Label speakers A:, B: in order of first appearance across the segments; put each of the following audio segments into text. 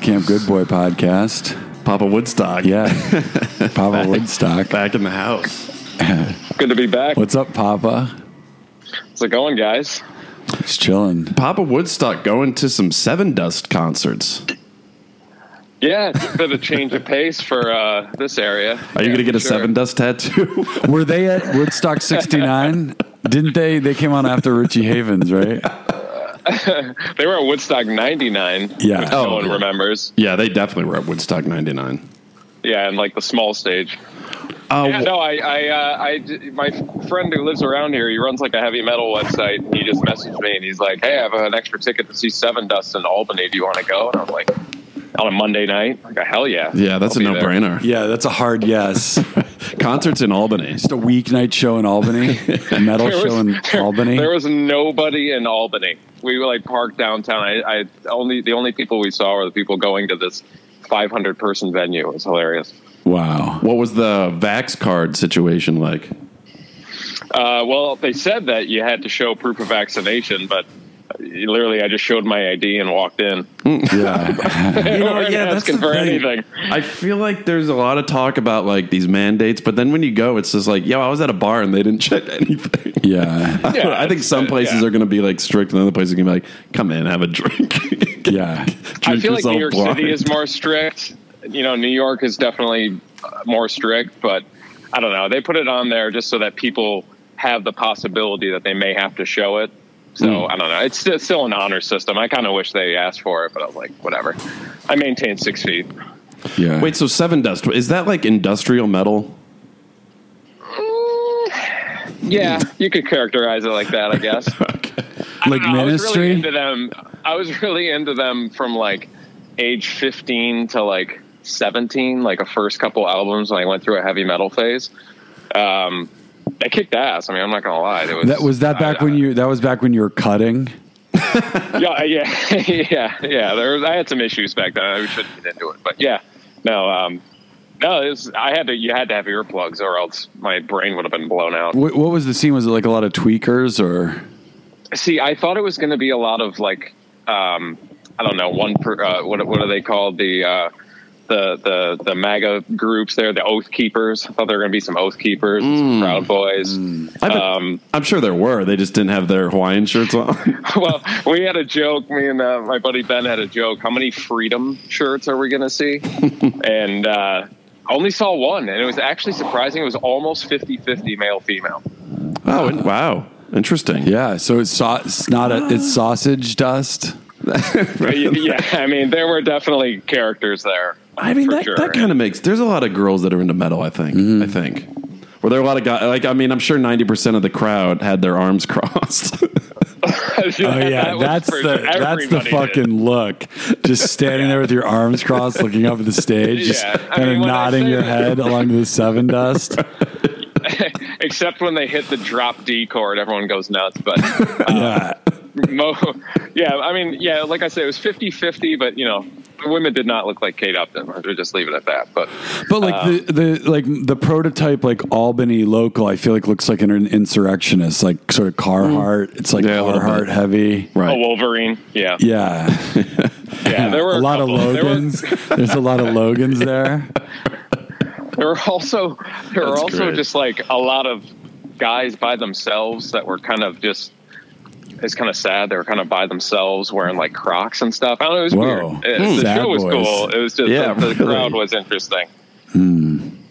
A: Camp Good Boy podcast.
B: Papa Woodstock.
A: Yeah. Papa Woodstock.
B: Back in the house.
C: Good to be back.
A: What's up, Papa?
C: How's it going, guys?
A: Just chilling.
B: Papa Woodstock going to some Seven Dust concerts.
C: Yeah, it's a bit of change of pace for uh, this area.
B: Are you going to get a Seven Dust tattoo?
A: Were they at Woodstock 69? Didn't they? They came on after Richie Havens, right?
C: They were at Woodstock '99.
A: Yeah.
C: which no
B: Oh,
C: one
B: yeah.
C: remembers.
B: yeah, they definitely were at Woodstock 99.
C: Yeah, and like the small stage.
B: Oh,
C: Yeah, no, I, I, uh, I j- my friend who lives around here, he runs like a heavy metal website. And he just messaged me and he's like, "Hey, I have an extra ticket to see Seven Dust in Albany. Do you want to go?" And I'm like, "On a Monday night? Like, hell yeah!
B: yeah, that's
C: I'll
B: a
C: be
B: no
C: there.
B: brainer.
A: Yeah, that's a hard yes.
B: Concerts in Albany.
A: Just a weeknight show in Albany, a metal
C: There was-
A: show in
C: there-
A: Albany.
C: There was nobody in Albany. We were like parked downtown. I, I only the only people we saw were the people going to this 500 person venue. It was hilarious.
A: wow.
B: What was the Vax card situation like?
C: Uh, well, they said that you had to show proof of vaccination, but uh, literally, I just showed my ID and walked in.
A: Yeah.
C: You
B: know, yeah, that's
C: asking
B: the
C: for
B: thing.
C: anything.
B: I feel like there's a lot of talk about like these mandates, but then when you go, it's just like, yo, I was at a bar and they didn't check anything.
A: Yeah.
B: I
C: Yeah,
B: think
C: it's-
B: some
C: uh,
B: places
C: yeah.
B: are going to be like strict, and other places are going to be like, "Come in, have a drink."
A: Yeah.
C: I
B: Drink
C: feel
B: yourself
C: like New York City
B: blind.
C: is more strict. You know, New York is definitely uh, more strict, but I don't know. They put it on there just so that people have the possibility that they may have to show it. So I don't know. It's still, it's still an honor system. I kind of wish they asked for it, but I was like, whatever. I maintain six feet.
A: Yeah.
B: Wait, so Seven Dust is that like industrial metal?
C: Mm, Yeah, you could characterize it like that, I guess. I
A: like
C: don't
A: ministry?
C: know, I was really into them. I was really into them from like age 15 to like 17, like a first couple albums when I went through a heavy metal phase. Um, they kicked ass. I mean, I'm not gonna lie. It was
A: that was that back
C: I-
A: when you that was back when you were cutting.
C: yeah, yeah, yeah, yeah. There was, I had some issues back then. I shouldn't get into it, but yeah, no, um, no. It was, I had to. You had to have earplugs, or else my brain would have been blown out.
A: What, what was the scene? Was it like a lot of tweakers or?
C: See, I thought it was going to be a lot of like, um, I don't know, one per, uh, what what are they called the uh, the the the MAGA groups there, the Oath Keepers. I thought there were going to be some Oath Keepers, and
B: Mm.
C: some Proud Boys.
B: I bet-
C: Um,
B: I'm sure there were. They just didn't have their Hawaiian shirts on.
C: well, we had a joke. Me and uh, my buddy Ben had a joke. How many Freedom shirts are we going to see? and uh, I only saw one, and it was actually surprising. It was almost 50-50 male female.
B: oh, and- wow, interesting.
A: Yeah. So it's sau- it's not a, it's sausage dust.
C: But yeah, I mean, there were definitely characters there.
B: I mean,
C: for
B: that, that kind of makes. There's a lot of girls that are into metal. I think.
A: Mm-hmm.
B: I think. Were there a lot of guys? Like, I mean, I'm sure 90 percent of the crowd had their arms crossed.
A: Oh yeah,
C: was
A: that's
C: for
A: the
C: sure.
A: that's the
C: Everybody did.
A: fucking look. Just standing there with your arms crossed, looking up at the stage, just
C: Yeah, I
A: kind
C: mean,
A: of
C: when I
A: nodding
C: say
A: your
C: that-
A: head along to the seven dust.
C: Except when they hit the drop D chord, everyone goes nuts. But
A: yeah,
C: mo- yeah, I mean, yeah, like I said, it was 50 50, but you know, the women did not look like Kate Upton. We'll just leave it at that. But
A: but like the, the like the prototype like Albany local, I feel like looks like an insurrectionist, like sort of Carhartt. It's like
B: Yeah, a little
A: Carhartt
B: bit.
A: heavy.
C: a oh, Wolverine, yeah, yeah,
A: Yeah,
C: there were
A: a lot of
C: couple. There were-
A: Logans. There's a lot of Logans there.
C: There were also there were
B: That's
C: also
B: great.
C: just like a lot of guys by themselves that were kind of just. It's kind of sad. They were kind of by themselves, wearing like Crocs and stuff. I don't know. It was
A: Whoa.
C: weird. It-
A: Hmm.
C: the
A: Sad
C: show was
A: boys.
C: cool. It was just
B: Yeah,
C: the, the
B: really.
C: crowd was interesting.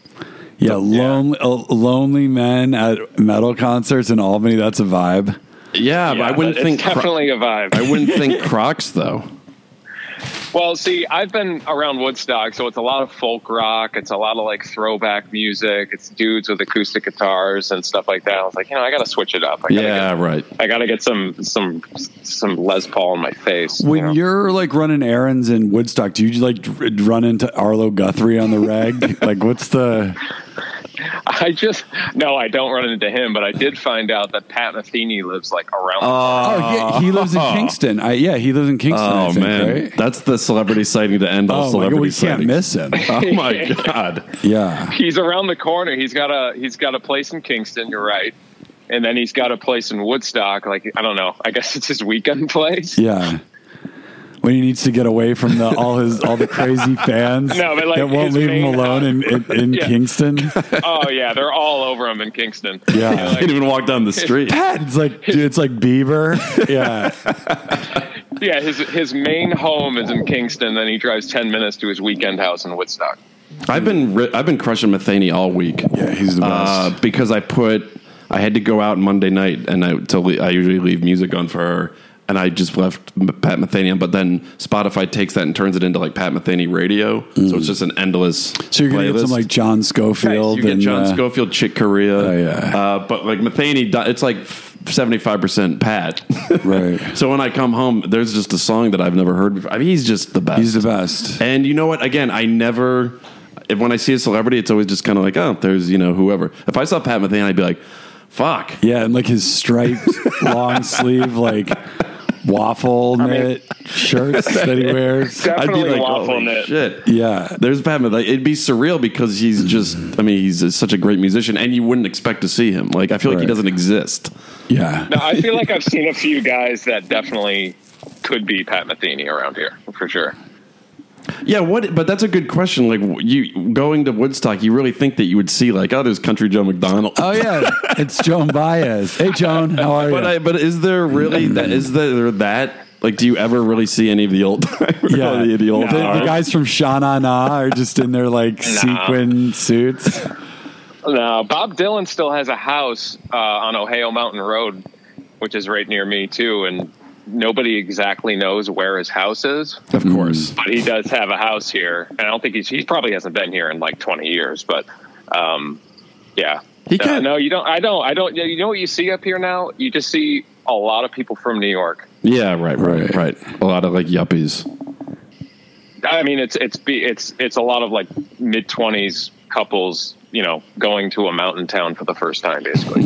A: Yeah, lonely, uh, lonely men at metal concerts in Albany. That's a vibe.
B: yeah, but I
C: Yeah,
B: wouldn't
C: it's
B: think. Cro-
C: definitely a vibe.
B: I wouldn't think Crocs though.
C: Well, see, I've been around Woodstock, so it's a lot of folk rock. It's a lot of like throwback music. It's dudes with acoustic guitars and stuff like that. I was like, you know, I got to switch it up. I gotta
B: Yeah,
C: get,
B: right.
C: I got to get some some some Les Paul in my face.
A: When
C: you know?
A: you're like running errands in Woodstock, do you like r- run into Arlo Guthrie on the reg? like, what's the?
C: I just no, I don't run into him, but I did find out that Pat Metheny lives like around.
A: Oh, yeah, he lives in Kingston. I, yeah, he lives in Kingston. I
B: Oh
A: think,
B: man,
A: right?
B: that's the celebrity sighting to end all
A: oh my
B: celebrity
A: god, we can't
B: sightings.
A: miss him.
B: Oh my god!
A: Yeah,
C: he's around the corner. He's got a he's got a place in Kingston. You're right. And then he's got a place in Woodstock. Like I don't know. I guess it's his weekend place.
A: yeah. when he needs to get away from the, all his all the crazy fans
C: No, but, like,
A: that won't
C: his
A: leave him
C: main-
A: alone in in, in
C: Yeah.
A: Kingston.
C: oh yeah, they're all over him in Kingston.
A: Yeah.
C: You know, like-
B: Can't even walk down the street.
A: It's like dude, it's like Bieber. Yeah,
C: yeah, his his main home is in Kingston. Then he drives ten minutes to his weekend house in Woodstock.
B: I've been ri- I've been crushing Metheny all week.
A: yeah, he's the best.
B: Uh, because I put I had to go out Monday night and I to le- I usually leave music on for her and I just left M- Pat Metheny on but then Spotify takes that and turns it into like Pat Metheny radio so it's just an endless
A: Mm. so you're gonna get
B: playlist.
A: some like John Schofield.
B: you get
A: and,
B: John
A: uh,
B: Schofield Chick Corea
A: Oh, yeah.
B: uh, but like Metheny di- it's like 75% Pat
A: Right.
B: so when I come home there's just a song that I've never heard before I mean he's just the best
A: He's the best.
B: and you know what? Again, I never. If when I see a celebrity, it's always just kind of like, oh, there's you know whoever. If I saw Pat Metheny, I'd be like, fuck.
A: Yeah, and like his striped long sleeve like waffle knit shirts that he wears.
B: I'd
C: Definitely
B: be like,
C: waffle
B: holy
C: knit.
B: shit.
A: Yeah,
B: There's Pat Metheny. It'd be surreal because he's just. I mean, he's such a great musician, and you wouldn't expect to see him. Like, I feel like he
A: Right.
B: doesn't exist.
A: yeah.
C: No, I feel like I've seen a few guys that definitely could be Pat Metheny around here for sure.
B: Yeah. What? But that's a good question. Like, w- you going to Woodstock, you really think that you would see like, oh, there's Country Joe McDonald.
A: Oh yeah, it's Joan Baez. Hey Joan, how are you?
B: But I, but is there really that? Is there that? Like, do you ever really see any of the old time?
A: yeah,
B: the, the old
A: the, the
B: timers?
A: guys from Sha Na Na are just in their like sequin suits.
C: No, Bob Dylan still has a house uh, on Ohio Mountain Road, which is right near me too, and nobody exactly knows where his house is.
B: Of course.
C: but he does have a house here, and I don't think he's he probably hasn't been here in like twenty years. But um, yeah,
B: He
C: No,
B: can't-
C: No, you don't. I don't. I don't. You know what you see up here now? You just see a lot of people from New York.
B: Yeah, right, right,
A: Right.
B: right. A lot of like yuppies.
C: I mean, it's it's be- it's it's a lot of like mid twenties couples, you know, going to a mountain town for the first time, basically.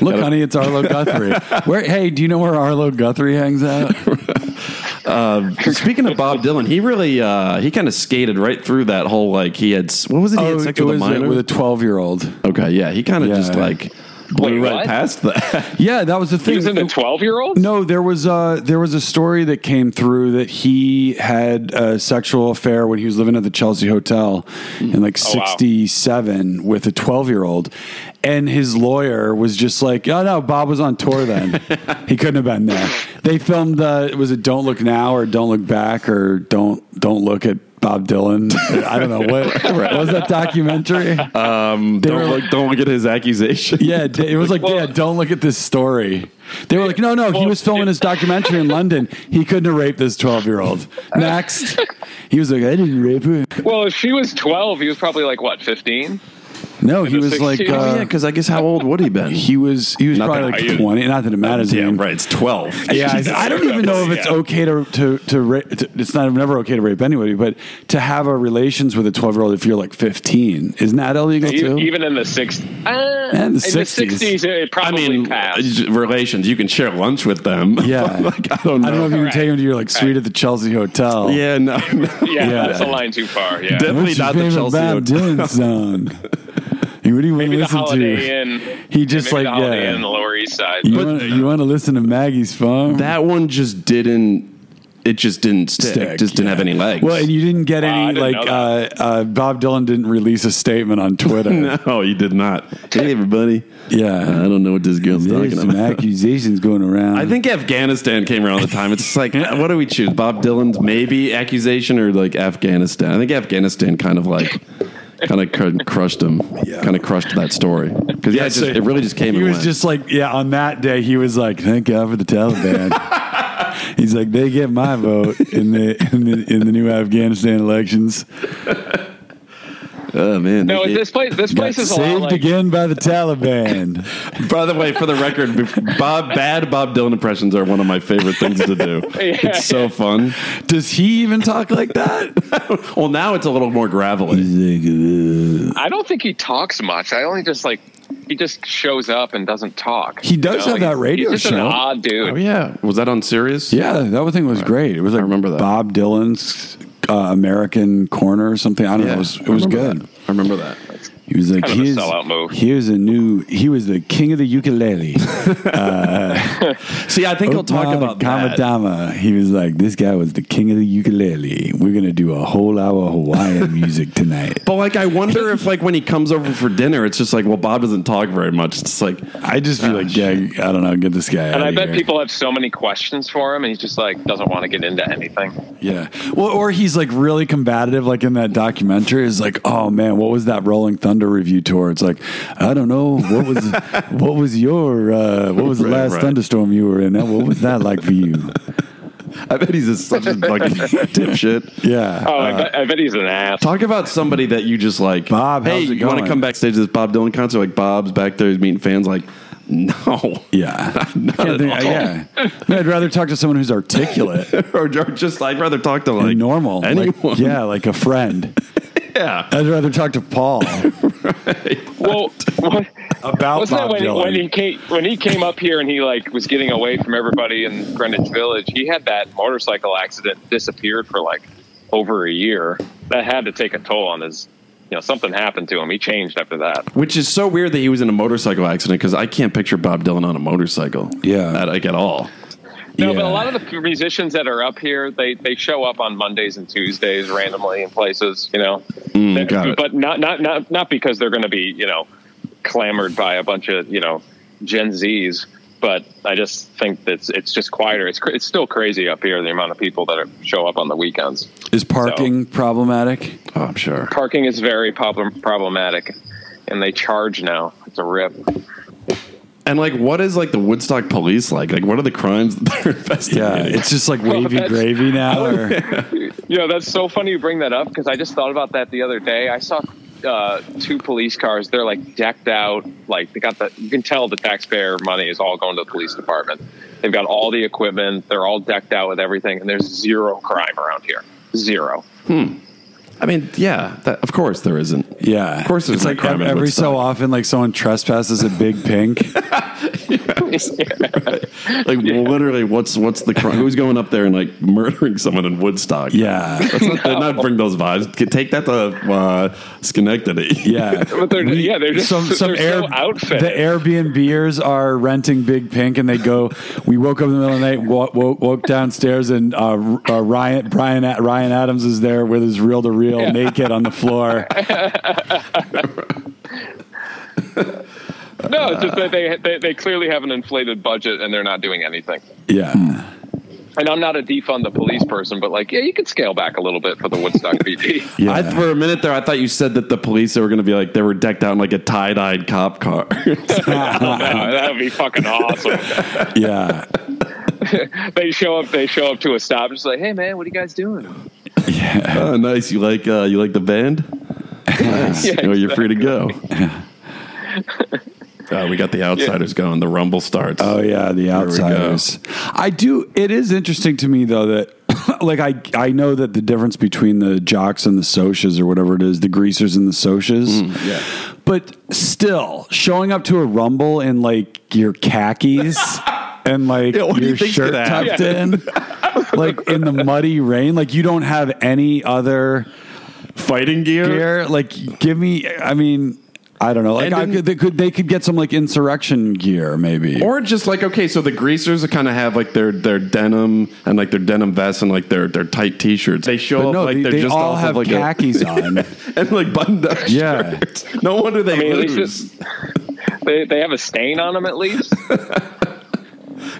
A: Look, honey, it's Arlo Guthrie. Where? Hey, do you know where Arlo Guthrie hangs out?
B: Speaking of Bob Dylan, he really uh he kind of skated right through that whole like he had s- what was it? He had sex
A: Oh, it
B: with a
A: was uh,
B: minor.
A: with a twelve-year-old.
B: okay, yeah, he kind of
A: Yeah.
B: just like blew
C: Wait,
B: right
C: what?
B: past that.
A: Yeah, that was the
C: he
A: thing.
C: was in the twelve year old.
A: No, there was a there was a story that came through that he had a sexual affair when he was living at the Chelsea Hotel in like
C: Oh, wow.
A: '67 with a 12 year old, and his lawyer was just like, "Oh no, Bob was on tour then. he couldn't have been there." They filmed the was it "Don't Look Now" or "Don't Look Back" or "Don't Don't Look at." Bob Dylan. I don't know what, what was that documentary.
B: Um, don't
A: were-
B: look, don't look at his accusation.
A: Yeah, d- it was like,
C: well-
A: yeah, don't look at this story. They were like, no, no, he
C: Well,
A: was filming his documentary in London. He couldn't have raped this 12 year old. Next. He was like, I didn't rape her.
C: Well, if she was twelve, he was probably like what fifteen.
A: No, he
C: the
A: was like,
C: 16?
B: Oh, yeah,
A: uh,
B: because I guess how old would he been?
A: he was he was
B: Not
A: probably
B: that
A: like
B: I-
A: 20. Not that it matters. I
B: yeah,
A: mean,
B: right. It's twelve.
A: Yeah, I, I don't even know if it's
B: Yeah.
A: okay to to to, ra- to it's not never okay to rape anybody, but to have a relations with a 12 year old if you're like 15 isn't that illegal
C: E-
A: too?
C: Even in the sixties, uh,
A: And the 60s.
C: sixties, it
B: I
C: probably
B: mean,
A: uh,
C: passed.
B: j- relations. You can share lunch with them.
A: Yeah.
B: like I don't know.
A: I don't know if you can
C: Right.
A: take him to your like suite at the Chelsea Hotel.
B: yeah, no. no.
C: Yeah,
A: yeah.
C: that's a line too far. Yeah,
B: Definitely
A: What's your
B: not the
A: favorite
B: Chelsea
A: Bob
B: Hotel.
A: Dylan song? Hey, what do you want to
C: maybe the
A: listen
C: Holiday
A: to?
C: Inn.
A: He just
C: maybe
A: like,
C: the Holiday
A: yeah.
C: Inn, the Lower East Side.
A: You
C: But
A: want, you want to listen to Maggie's Farm?
B: that one just didn't. It just didn't stick.
A: Stick,
B: just didn't
A: yeah.
B: have any legs.
A: well, and you didn't get
C: Wow, I
A: any
C: didn't
A: like
C: know
A: uh, uh, Bob Dylan didn't release a statement on Twitter.
B: No, you did not. Hey, everybody. I
A: Yeah,
B: don't know what this girl's
A: there's
B: talking
A: some
B: about.
A: accusations going around.
B: I think Afghanistan came around the time. It's just like, what do we choose? Bob Dylan's maybe accusation or like Afghanistan? I think Afghanistan kind of like, kind of cr- crushed him. Kind of crushed that story because yeah, it,
A: so
B: just, it really just came.
A: He
B: and
A: was
B: went.
A: just like, yeah. On that day, he was like, "Thank God for the Taliban." He's like, "They get my vote in the in the, in the new Afghanistan elections."
B: oh man.
C: no,
B: It-
C: this place this
A: Got
C: place is a lot
A: saved
C: like
A: again by the Taliban.
B: By the way, for the record, Bob bad Bob Dylan impressions are one of my favorite things to do. It's so fun.
A: Does he even talk like that?
B: well, now it's a little more gravelly.
A: he
C: I don't think he talks much. I only just like he just shows up and doesn't talk.
A: He does have
C: like,
A: that
C: he's-
A: radio
C: he's just
A: show.
C: An odd dude.
B: Oh yeah, was that on Sirius?
A: Yeah, that thing was great. It was like
B: remember that.
A: Bob Dylan's uh, American Corner or something. I don't know. It was, it was
B: I remember
A: good.
B: that. I remember that.
A: He He was like
C: Kind of a
A: he's
C: sellout move."
A: he was a new he was the king of the ukulele.
B: See, I think he'll talk about that.
A: Kamadama. He was like this guy was the king of the ukulele. We're gonna do a whole hour Hawaiian music tonight.
B: But like, I wonder if like when he comes over for dinner, it's just like, well, Bob doesn't talk very much. It's like,
A: I just feel like yeah, I don't know, get this guy.
C: And
A: outta
C: I bet
A: here.
C: people have so many questions for him, and he just like doesn't want to get into anything.
A: Yeah. Well, or he's like really combative, like in that documentary. Is like, oh man, what was that Rolling Thunder review tour? It's like, I don't know, what was what was your uh, what was the
B: Right,
A: last
B: right.
A: thunderstorm you were in? What was that like for you?
B: I bet he's just such a like dipshit.
A: Yeah.
C: Oh, I, bet, I bet he's an ass.
B: Talk about somebody that you just like,
A: Bob,
B: Hey,
A: how's it
B: you want to
A: going?
B: come backstage to this Bob Dylan concert? Like, Bob's back there, he's meeting fans. Like, no,
A: yeah.
B: not
A: I
B: at all.
A: yeah. I mean, I'd rather talk to someone who's articulate
B: or just I'd rather talk to like
A: and normal. Like,
B: anyone.
A: yeah, like a friend.
B: yeah.
A: I'd rather talk to Paul
C: well, what,
A: about
C: wasn't
A: Bob
C: that when,
A: Dylan.
C: when he came when he came up here and he like was getting away from everybody in Greenwich Village? He had that motorcycle accident, disappeared for like over a year. That had to take a toll on his. You know, something happened to him. He changed after that.
B: Which is so weird that he was in a motorcycle accident because I can't picture Bob Dylan on a motorcycle.
A: Yeah.
B: Not, like at all.
C: No,
A: Yeah.
C: but a lot of the musicians that are up here, they, they show up on Mondays and Tuesdays randomly in places, you know. They-
B: Hmm, got it.
C: but not not not not because they're going to be you know clamored by a bunch of you know Gen Zs. But I just think that's it's just quieter. It's cra- it's still crazy up here the amount of people that are, show up on the weekends.
A: Is parking problematic?
B: Oh, I'm sure.
C: Parking is very problem, problematic, and they charge now. It's a rip.
B: And like, what is like the Woodstock police like? Like, what are the crimes that they're
A: Yeah,
B: investigating?
A: it's just like wavy
C: that's-
A: gravy now. Or,
C: You know, that's so funny you bring that up because I just thought about that the other day. I saw uh, two police cars. They're like decked out, like they got the. You can tell the taxpayer money is all going to the police department. They've got all the equipment. They're all decked out with everything, and there's zero crime around here. Zero.
B: I mean, yeah, that, of course there isn't.
A: Yeah,
B: Of course there's
A: it's
B: no
A: like
B: crime
A: every,
B: in
A: every so
B: Woodstock.
A: often, like someone trespasses a big pink.
B: Like, literally, what's what's the crime? Who's going up there and like murdering someone in Woodstock?
A: yeah,
B: Let's not, not bring those vibes. K- Take that to uh, Schenectady.
A: yeah.
C: But they're yeah, they're just
A: Some some
C: they're
A: air
C: so outfitted.
A: the Airbnbers are renting Big Pink, and they go. We woke up in the middle of the night, woke, woke, woke downstairs, and uh, uh, Ryan Brian Ryan Adams is there with his reel to reel naked on the floor.
C: no, it's just that they, they they clearly have an inflated budget and they're not doing anything.
A: Yeah,
C: And I'm not a defund the police person, but like yeah, you could scale back a little bit for the Woodstock PD.
A: yeah.
B: I, for a minute there, I thought you said that the police were going to be like they were decked out in like a tie-dyed cop car.
C: that would be fucking awesome.
A: yeah,
C: they show up. They show up to a stop. Just like, hey man, what are you guys doing?
B: oh, nice. You like uh, you like the band? Nice.
C: Yeah,
B: Oh, you're free to go. Uh, we got the outsiders going. The rumble starts.
A: Oh yeah, the
B: we go.
A: outsiders. I do. It is interesting to me though that, like, I I know that the difference between the jocks and the socias or whatever it is, the greasers and the socias.
B: Mm, yeah.
A: But still, showing up to a rumble in like your khakis and like
B: Yeah, what do you
A: your
B: think's
A: shirt
B: gonna
A: tucked
C: happen?
A: in, like in the muddy rain, like you don't have any other
B: Fighting gear.
A: gear. Like, give me. I mean. I don't know. Like,
B: And
A: I
B: in-
A: could, they could they could get some like insurrection gear, maybe.
B: Or just like okay, so the greasers kind of have like their their denim and like their denim vests and like their their tight t-shirts. They show
A: But
B: up
A: no,
B: like
A: they,
B: they're
A: they
B: just
A: all
B: off
A: have
B: of like
A: khakis
B: a,
A: on.
B: and like buttoned up
A: Yeah.
B: shirts. No wonder they
C: I mean, at least
B: lose.
C: They, they have a stain on them at least.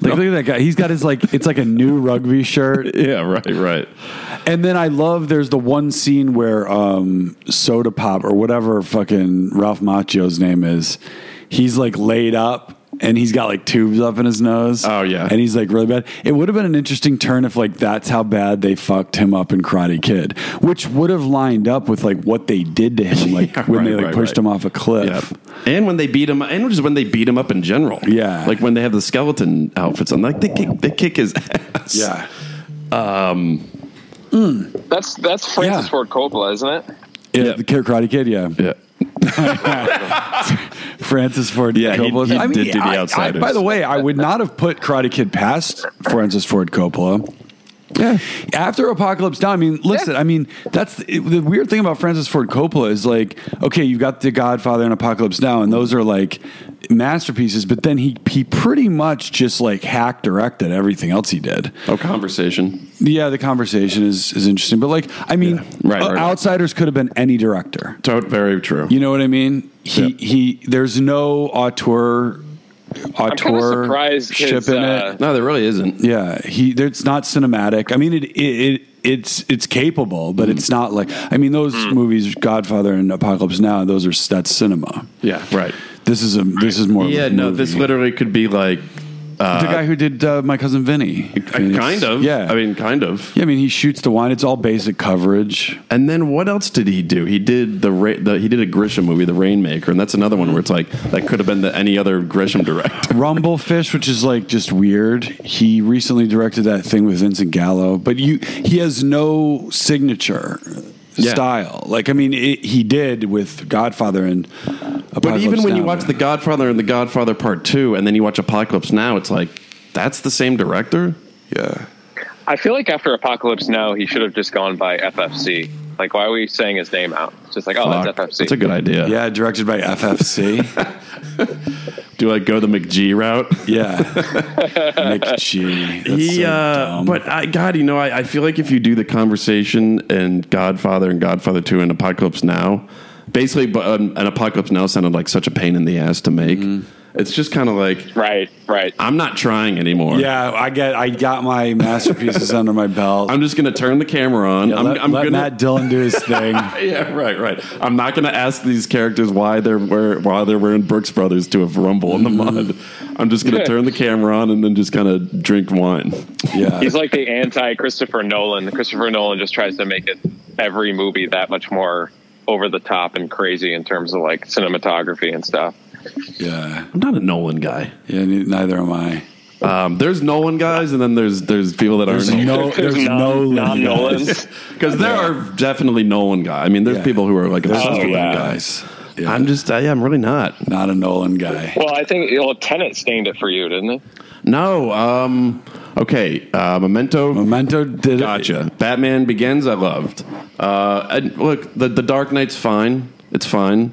A: Like, look at that guy. He's got his like it's like a new rugby shirt.
B: Yeah, right, right.
A: And then I love there's the one scene where um Soda Pop or whatever fucking Ralph Macchio's name is, he's like laid up and he's got like tubes up in his nose.
B: Oh, yeah.
A: And he's like really bad. It would have been an interesting turn if like that's how bad they fucked him up in Karate Kid, which would have lined up with like what they did to him, like
B: Yeah,
A: when they
B: right,
A: like
B: right,
A: pushed
B: right.
A: him off a cliff.
B: And when they beat him, and just when they beat him up in general.
A: Yeah.
B: Like when they have the skeleton outfits on, like they kick, they kick his ass.
A: Yeah.
C: That's that's Francis
A: Yeah.
C: Ford Coppola, isn't it?
A: Yeah,
B: Yeah.
A: the Karate Kid, yeah.
B: Yeah.
A: Francis Ford
B: Yeah, he-
A: Coppola.
B: he did do The
A: I- I-
B: Outsiders.
A: by the way, I would not have put Karate Kid past Francis Ford Coppola. Yeah. After Apocalypse Now, I mean, listen, I mean, that's it, the weird thing about Francis Ford Coppola is like, okay, you've got The Godfather and Apocalypse Now, and those are like masterpieces, but then he he pretty much just like hack directed everything else he did.
B: Oh, conversation.
A: Yeah, the conversation is is interesting, but like, I mean,
B: Right,
A: uh,
B: right.
A: outsiders could have been any director.
B: To- Very true.
A: You know what I mean? He
B: Yeah.
A: he. There's no auteur
C: kinda
A: auteur
C: surprised
A: ship
C: his,
A: in
C: uh,
A: it.
B: no, there really isn't.
A: Yeah, he. there- It's not cinematic. I mean, it it. it it's it's capable, but it's not like I mean those
C: Hmm.
A: movies, Godfather and Apocalypse Now. Those are that's cinema.
B: Yeah, right.
A: This is a this is more. of a
B: Yeah, no, this
A: movie.
B: literally could be like
A: the guy who did uh, my cousin Vinny. I mean, it's-
B: kind of.
A: Yeah,
B: I mean, kind of.
A: yeah. I mean, he shoots the wine. It's all basic coverage.
B: And then what else did he do? He did the, Ra- the he did a Grisham movie, The Rainmaker, and that's another one where it's like that could have been the, any other Grisham director.
A: Rumblefish, which is like just weird. He recently directed that thing with Vincent Gallo, but you he has no signature
B: Yeah.
A: style. Like I mean, it, he did with Godfather and.
B: But even when you watch
A: the.
B: The Godfather and The Godfather Part Two, and then you watch Apocalypse Now, it's like that's the same director.
A: Yeah.
C: I feel like after Apocalypse Now, he should have just gone by FFC. Like, why are we saying his name out? It's just like, oh,
B: Fuck.
C: that's FFC.
B: That's a good idea.
A: Yeah, directed by FFC.
B: Do I go the McG route?
A: yeah. Nick G. That's
B: he,
A: so
B: uh,
A: dumb.
B: but I, God, you know, I, I feel like if you do the conversation and Godfather and Godfather Two and Apocalypse Now, basically, but um, an Apocalypse Now sounded like such a pain in the ass to make.
A: Mm-hmm.
B: It's just kind of like
C: Right, right.
B: I'm not trying anymore.
A: yeah, I get I got my masterpieces under my belt.
B: I'm just gonna turn the camera on.
A: Yeah,
B: I'm,
A: let,
B: I'm
A: let
B: gonna.
A: Matt Dillon do his thing.
B: yeah, right, right. I'm not gonna ask these characters why they're wear, why they're wearing Brooks Brothers to a rumble in the mud.
A: Mm-hmm.
B: I'm just gonna turn the camera on and then just kind of drink wine.
A: Yeah.
C: He's like the anti Christopher Nolan. Christopher Nolan just tries to make it every movie that much more over the top and crazy in terms of like cinematography and stuff.
A: yeah.
B: I'm not a Nolan guy.
A: Yeah, ne- neither am I.
B: Um, there's Nolan guys, and then there's there's people that
A: There's
B: aren't.
A: no there's no
C: non Nolans.
B: Because there are definitely Nolan guys. I mean, there's
A: Yeah.
B: people who are like
A: There's
B: obsessed
A: no
B: with
A: Nolan
B: that guy.
A: guys. Yeah.
B: Oh, I'm just, I, am really not.
A: not a Nolan guy.
C: Well, I think well, Tenet stained it for you, didn't it?
B: No. Um, okay. Uh, Memento.
A: Memento did
B: Gotcha. Batman Begins, I loved. Uh, and look, the the Dark Knight's fine. It's fine.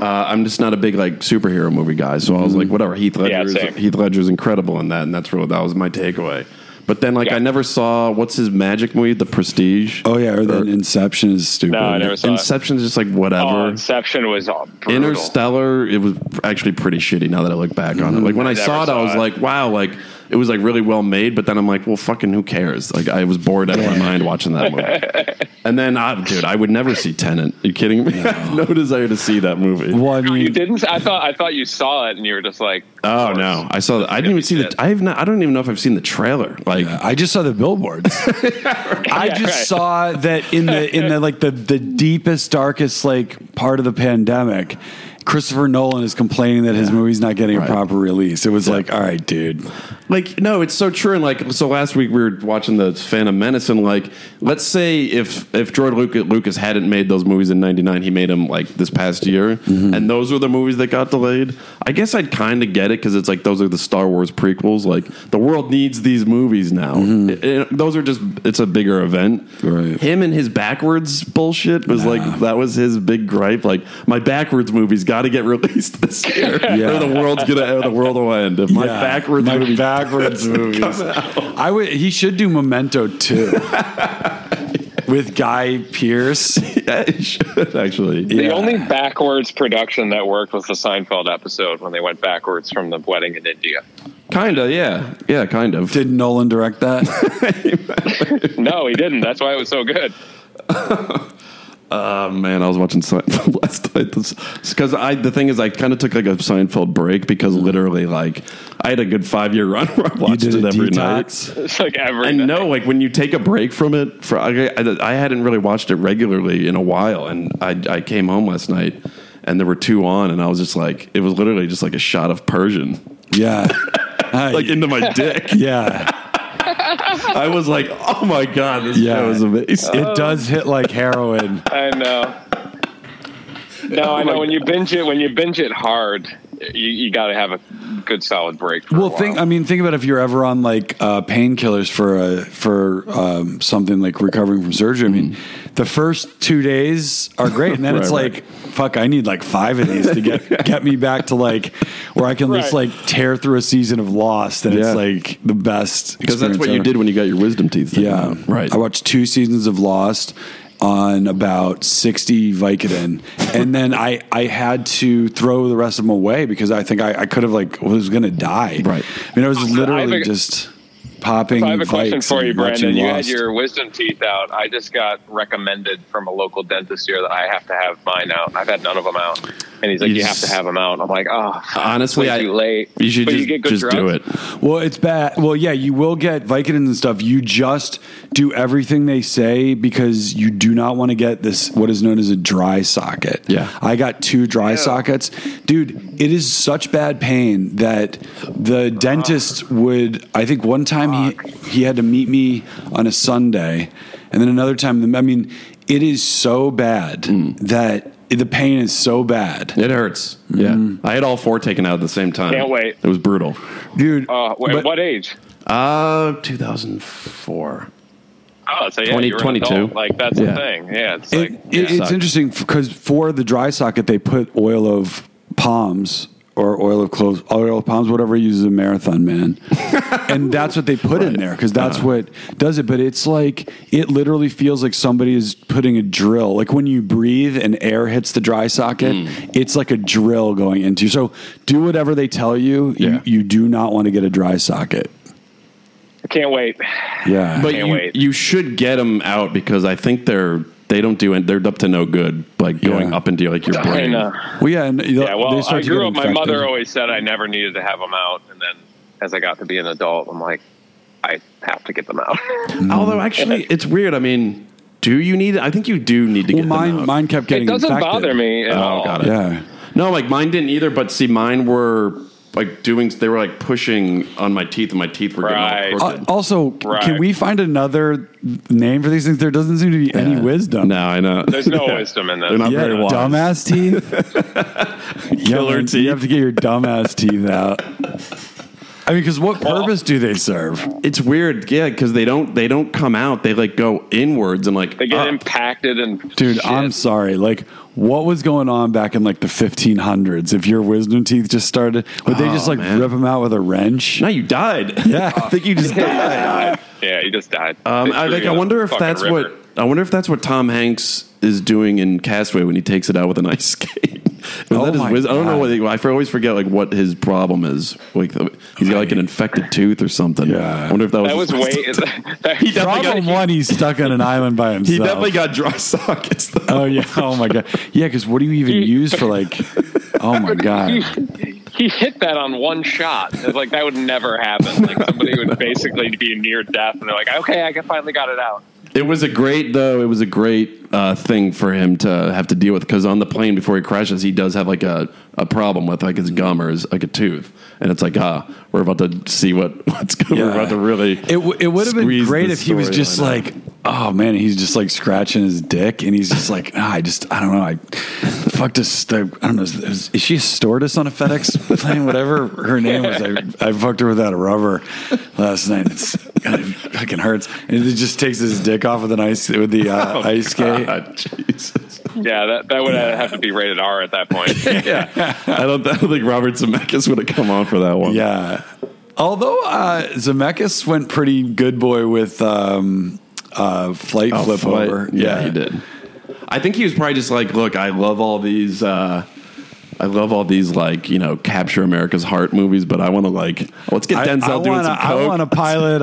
B: Uh, I'm just not a big like superhero movie guy, so I was like, whatever. Heath Ledger,
C: Yeah,
B: is,
C: same.
B: Heath Ledger's incredible in that, and that's really that was my takeaway. But then, like,
C: Yeah.
B: I never saw what's his magic movie, The Prestige.
A: Oh yeah, or then Inception is stupid.
C: No, I never saw it.
B: Inception is just like whatever.
C: Oh, Inception was all brutal.
B: Interstellar, it was actually pretty shitty now that I look back on it. Like when I
C: Mm-hmm. never
B: saw it, I
C: saw
B: was
C: it.
B: like, wow, like it was like really well made, but then I'm like, well, fucking who cares? Like I was bored out of my mind watching that movie. and then, I, dude, I would never see Tenant. you kidding me? I have no desire to see that movie.
A: Well, I
C: Oh, you
A: mean,
C: didn't? I thought I thought you saw it and you were just like,
B: Oh
C: of course.
B: no! I saw. The, I didn't even see the.
C: shit.
B: I have not. I don't even know if I've seen the trailer. Like,
A: I just saw the billboards. I
C: Yeah,
A: just
C: right.
A: saw that in the in the like the the deepest darkest like part of the pandemic. Christopher Nolan is complaining that his movie's not getting
B: Right.
A: a proper release. It was like, all right, dude.
B: Like no, it's so true. And like so, last week we were watching the Phantom Menace, and like let's say if if George Lucas, Lucas hadn't made those movies in '99, he made them like this past year,
A: Mm-hmm.
B: and those were the movies that got delayed. I guess I'd kind of get it because it's like those are the Star Wars prequels. Like the world needs these movies now. It- it- those are just it's a bigger event.
A: Mm-hmm. Right.
B: Him and his backwards bullshit was like that was his big gripe. Like my backwards movies got to get released this year, or
A: Yeah.
B: the world's gonna or the world will end. If my
A: Yeah,
B: backwards
A: my
B: movies
A: backwards movies. I would. He should do Memento too. With Guy Pierce,
B: Yeah, it should actually.
C: The
A: Yeah.
C: only backwards production that worked was the Seinfeld episode when they went backwards from the wedding in India.
B: Kind of, yeah. Yeah, kind of.
A: did Nolan direct that?
C: No, he didn't. That's why it was so good.
B: Oh, man, I was watching Seinfeld last night. Because I, the thing is, I kind of took like a Seinfeld break because literally, like, I had a good five year run where I watched
A: did
B: it
A: a
B: every
A: detox?
B: night.
C: It's like every.
B: I know, like, when you take a break from it, for I, I, I hadn't really watched it regularly in a while. And I, I came home last night and there were two on, and I was just like, it was literally just like a shot of Persian,
A: Yeah,
B: like, into my dick.
A: yeah.
B: I was like, oh my God, this
A: Yeah.
B: show is amazing.
A: It does hit like heroin.
C: I know. No, I know. When you binge it, when you binge it hard, you, you got to have a good solid break. For a
A: Well,
C: while.
A: think I mean, think about if you're ever on like uh, painkillers for a, for um, something like recovering from surgery. I mean, the first two days are great, and then it's
B: Mm-hmm. Right,
A: like, fuck, I need like five of these to get get me back to like where I can just
C: Right.
A: like tear through a season of Lost, and
B: Yeah.
A: it's like the best
B: because that's
A: experience
B: what you
A: ever.
B: did when you got your wisdom teeth. taken
A: Yeah,
B: out. right.
A: I watched two seasons of Lost on about 60 Vicodin and then I, I had to throw the rest of them away because I think I, I could have like was gonna die.
B: Right.
A: I mean I was
C: I
A: literally
C: have a-
A: just popping.
C: So I have a question
A: Vikes
C: for you,
A: and watching
C: Brandon. You had
A: Lost.
C: your wisdom teeth out. I just got recommended from a local dentist here that I have to have mine out. I've had none of them out, and he's like,
B: You
C: "You, have
B: just-
C: to have them out." I'm like, "Oh,
B: Honestly,
C: it's way
B: I-
C: too late."
B: You should
C: But
B: just,
C: get good
B: just do
C: drugs?
B: it.
A: Well, it's bad. Well, yeah, you will get Vicodin and stuff. You just do everything they say because you do not want to get this what is known as a dry socket.
B: Yeah.
A: I got two dry sockets. Dude, it is such bad pain that the dentist would I think one time he he had to meet me on a Sunday and then another time I mean, it is so bad that the pain is so bad.
B: It hurts.
A: Mm-hmm.
B: Yeah, I had all four taken out at the same time.
C: Can't wait.
B: It was brutal.
A: Dude,
C: Uh, wait,
A: but-
C: what age?
B: Uh, 2004.
C: Oh, so yeah,
B: 20
C: you're an adult.
B: 22.
C: Like that's
B: Yeah.
C: the thing. Yeah, it's
A: It,
C: like
A: it- it's
B: sucked.
A: interesting because for the dry socket, they put oil of palms or oil of cloves, oil of palms, whatever you use as a marathon man, and that's what they put in there because that's
C: Uh-huh.
A: what does it. But it's like it literally feels like somebody is putting a drill. Like when you breathe and air hits the dry socket,
C: Mm.
A: it's like a drill going into you. So do whatever they tell you.
B: Yeah.
A: You, you do not want to get a dry socket.
C: I can't wait.
A: Yeah,
B: But
C: Can't
B: you,
C: wait.
B: you should get them out because I think they're they don't do it. They're up to no good. Like going
A: Yeah.
B: up into like your
C: I
B: brain.
C: know.
A: well, yeah, and
C: uh, Yeah,
A: they
C: well,
A: start
C: I
A: to get
C: grew up. My
A: infected.
C: mother always said I never needed to have them out, and then as I got to be an adult, I'm like, I have to get them out.
B: Although actually, it's weird. I mean, do you need? I think you do need to
A: Well,
B: get them
A: mine,
B: out.
A: mine kept getting
C: it doesn't
A: infected.
C: bother me at
B: Oh,
C: all.
B: got it.
A: Yeah.
B: No, like mine didn't either. But see, mine were like doing. They were like pushing on my teeth, and my teeth were
C: Right.
B: getting all
A: Uh,
B: crooked.
A: also,
C: Right.
A: can we find another name for these things? There doesn't seem to be any wisdom.
B: no, I know.
C: There's no wisdom in
B: They're
C: this.
B: not
A: Yeah,
B: very wise.
A: dumbass teeth.
B: Killer
A: yeah, man,
B: teeth.
A: You have to get your dumbass teeth out. I mean, because what purpose do they serve?
B: It's weird, yeah, because they don't they don't come out. They like go inwards and like "Ah,
C: They get
B: up.
C: impacted and
A: Dude,
C: shit.
A: I'm sorry. Like, what was going on back in like the 1500s? If your wisdom teeth just started, would they
B: Oh,
A: just like
B: man.
A: rip them out with a wrench?
B: No, you died.
A: Yeah.
B: I think you just died.
C: Yeah, he just died.
B: Um,
C: They
B: I
C: threw
B: like.
C: you
B: I
C: in the
B: wonder if
C: fucking
B: that's
C: river.
B: what. I wonder if that's what Tom Hanks is doing in Castaway when he takes it out with an ice skate. But
A: Oh
B: that is
A: my
B: wiz- I don't know
A: God.
B: what he- I for- always forget like what his problem is. Like he's got like an infected tooth or something.
A: Yeah.
B: I wonder if that was
C: That was
B: his-
C: way. that, he
B: definitely
A: Problem one, he's stuck on an island by himself.
B: He definitely got dry sockets. Though.
A: Oh yeah. Oh my god. Yeah, because what do you even use for like? Oh my god.
C: He, he hit that on one shot. It's like that would never happen. Like somebody would basically be near death, and they're like, "Okay, I can finally got it out."
B: It was a great though. It was a great uh, thing for him to have to deal with because on the plane before he crashes, he does have like a, a problem with like his gum or his like a tooth, and it's like ah, we're about to see what what's going. We're
A: Yeah.
B: about to really.
A: It, w- it would have been
B: squeeze
A: great
B: the
A: if he was
B: storyline
A: just
B: out.
A: like, oh man, he's just like scratching his dick, and he's just like, ah, I just, I don't know, I fucked a, st- I don't know, is, is, is she a stewardess on a FedEx plane? Whatever her name was, I, I fucked her without a rubber last night. It's God, it fucking hurts, and he just takes his dick off with an ice with the uh, ice skate.
B: God, Ah, Jesus.
C: Yeah, that that would have to be rated R at that point.
B: yeah, I don't, I don't think Robert Zemeckis would have come on for that one.
A: Yeah. Although uh, Zemeckis went pretty good boy with um, uh, flight
B: Oh,
A: flip
B: flight.
A: over.
B: Yeah, he did. I think he was probably just like, look, I love all these. Uh, I love all these like you know capture America's heart movies, but I want to like let's get
A: I,
B: Denzel
A: I
B: doing
A: wanna,
B: some coke.
A: I want a pilot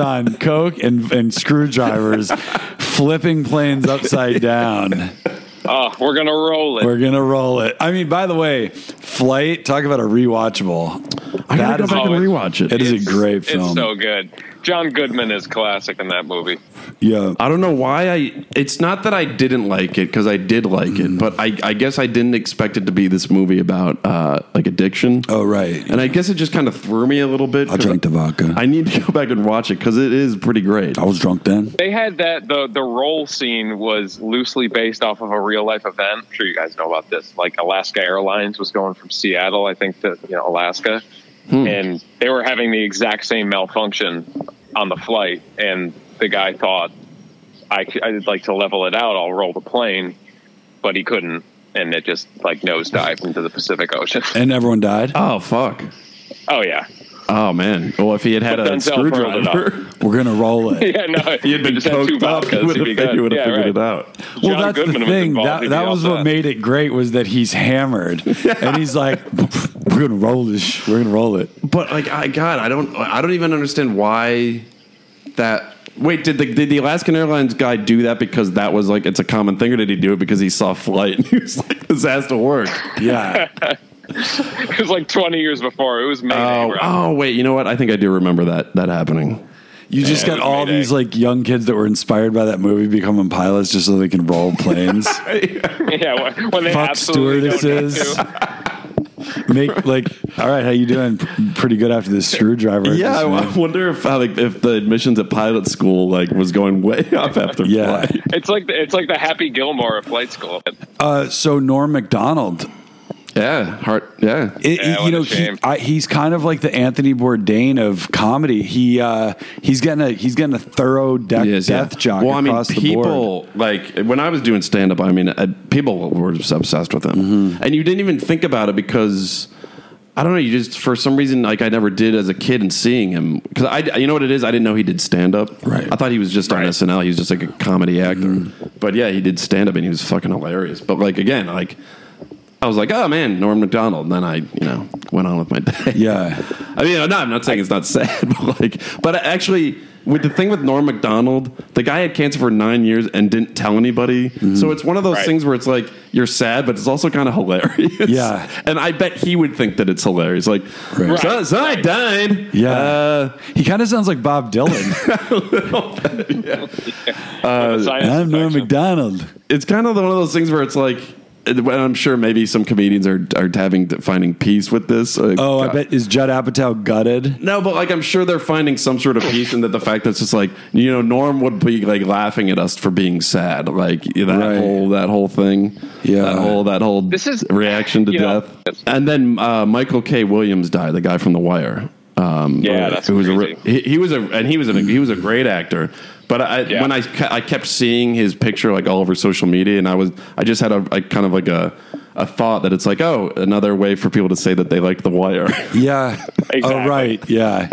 A: on coke and, and screwdrivers flipping planes upside down.
C: Oh, we're gonna roll it.
A: We're gonna roll it. I mean, by the way, Flight. Talk about a rewatchable.
B: I gotta
A: That
B: go
A: is
B: back and
C: always-
B: rewatch it.
A: it is a great
C: It's
A: film.
C: so good. John Goodman is classic in that movie.
A: Yeah.
B: I don't know why I. It's not that I didn't like it because I did like it, but I, I guess I didn't expect it to be this movie about uh, like addiction.
A: Oh, right.
B: And I guess it just kind of threw me a little bit.
A: I drank the vodka.
B: I need to go back and watch it because it is pretty great.
A: I was drunk then.
C: They had that the the roll scene was loosely based off of a real life event. I'm sure you guys know about this. Like Alaska Airlines was going from Seattle, I think, to you know Alaska,
B: Hmm.
C: and they were having the exact same malfunction on the flight. And the guy thought, I, c- I'd like to level it out. I'll roll the plane, but he couldn't, and it just like nosedived into the Pacific Ocean.
A: And everyone died.
B: Oh fuck!
C: oh yeah,
B: Oh man! Well, if he had had
C: But
B: a
C: Denzel frowned it up.
B: screwdriver,
A: We're going to roll it.
C: yeah, no,
B: he had been
C: just had two
B: coked up.
C: vodkas,
B: He would
C: he'd
B: have
C: be
B: figured,
C: good. Yeah, right.
B: it out.
A: Well,
C: John
A: that's
C: Goodman
A: the
C: was
A: thing.
C: involved, he'd
A: That,
C: be
A: that
C: all
A: was what
C: set.
A: made it great was that he's hammered, and he's like, "We're gonna roll this. We're gonna roll it."
B: But like, I God, I don't, I don't even understand why that. Wait, did the did the Alaskan Airlines guy do that because that was like it's a common thing, or did he do it because he saw flight and he was like, "This has to work"?
A: Yeah,
C: It was like 20 years before. It was Mayday,
B: Oh,
C: bro.
B: oh, wait, you know what? I think I do remember that that happening.
A: you just
C: Yeah,
A: got
C: it was
A: all
C: Mayday.
A: these like young kids that were inspired by that movie becoming pilots just so they can roll planes,
C: yeah, when, when they
A: fuck
C: absolutely don't need
A: stewardesses,
C: to.
A: make like, all right, how you doing? P- Pretty good after this screwdriver. I
B: Yeah, I,
A: just
B: I
A: made."
B: wonder if how, like if the admissions at pilot school like was going way up after
A: Yeah.
B: flight.
C: It's like the, it's like the Happy Gilmore of flight school.
A: Uh, so Norm Macdonald,
B: Yeah, heart. Yeah,
A: It-
C: Yeah,
A: you
C: what a
A: know, he,
C: shame.
A: I, he's kind of like the Anthony Bourdain of comedy. He uh, he's getting a he's getting a thorough de-
B: Yes, yeah.
A: death jock
B: Well, I mean,
A: across the board.
B: people like when I was doing stand up. I mean, uh, people were just obsessed with him,
A: Mm-hmm.
B: and you didn't even think about it because I don't know. You just for some reason, like I never did as a kid, and seeing him because I, you know what it is. I didn't know he did stand up.
A: Right. Mm-hmm.
B: I thought he was just on
C: Right.
B: SNL. He was just like a comedy actor. But yeah, he did stand up, and he was fucking hilarious. But like again, like. I was like, oh man, Norm McDonald. And then I, you know, went on with my day.
A: Yeah.
B: I mean, no, I'm not saying it's not sad, but like, but actually, with the thing with Norm Macdonald, the guy had cancer for nine years and didn't tell anybody.
A: Mm-hmm.
B: So it's one of those
C: Right.
B: things where it's like you're sad, but it's also kind of hilarious.
A: Yeah.
B: and I bet he would think that it's hilarious. Like,
A: Right.
B: so, so I
C: Right.
B: died.
A: Yeah.
B: Uh,
A: He kind of sounds like Bob Dylan.
B: Uh,
C: The sinus
A: I'm Norm
C: infection.
A: McDonald.
B: it's kind of one of those things where it's like. and I'm sure maybe some comedians are are having finding peace with this. Like,
A: Oh, I
B: God.
A: bet is Judd Apatow gutted?
B: No, but like I'm sure they're finding some sort of peace in that the fact that it's just like you know Norm would be like laughing at us for being sad, like that
A: Right.
B: whole that whole thing,
A: Yeah.
B: that whole that whole
C: This is-
B: reaction to
C: you know-
B: death. and then uh, Michael K. Williams died, the guy from The Wire. Um,
C: Yeah,
B: uh,
C: that's
B: who was a re-
C: crazy.
B: he, he was a and he was a he was a great actor. But I,
C: Yeah.
B: when I ke- I kept seeing his picture like all over social media, and I was I just had a, a kind of like a a thought that it's like oh another way for people to say that they like The Wire.
A: Yeah. Oh,
C: Exactly.
A: right. Yeah.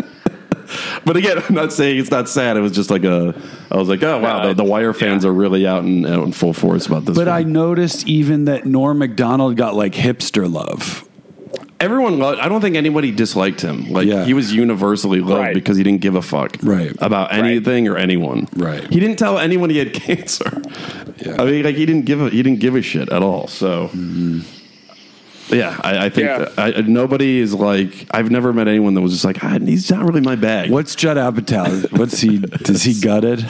B: But again, I'm not saying it's not sad. It was just like a. I was like, oh wow,
C: No,
B: the, the Wire fans are really out in, out in full force about this.
A: But I
B: one.
A: noticed even that Norm Macdonald got like hipster love.
B: everyone loved. I don't think anybody disliked him. Like
A: Yeah.
B: he was universally loved
C: Right.
B: because he didn't give a fuck
A: Right.
B: about anything or anyone.
A: Right.
B: He didn't tell anyone he had cancer.
A: Yeah.
B: I mean, like he didn't give a he didn't give a shit at all. So.
A: Mm-hmm.
B: Yeah, I, I think
C: Yeah.
B: I, nobody is like. I've never met anyone that was just like, ah, he's not really my bag.
A: What's Judd Apatow? What's he? Does he gutted?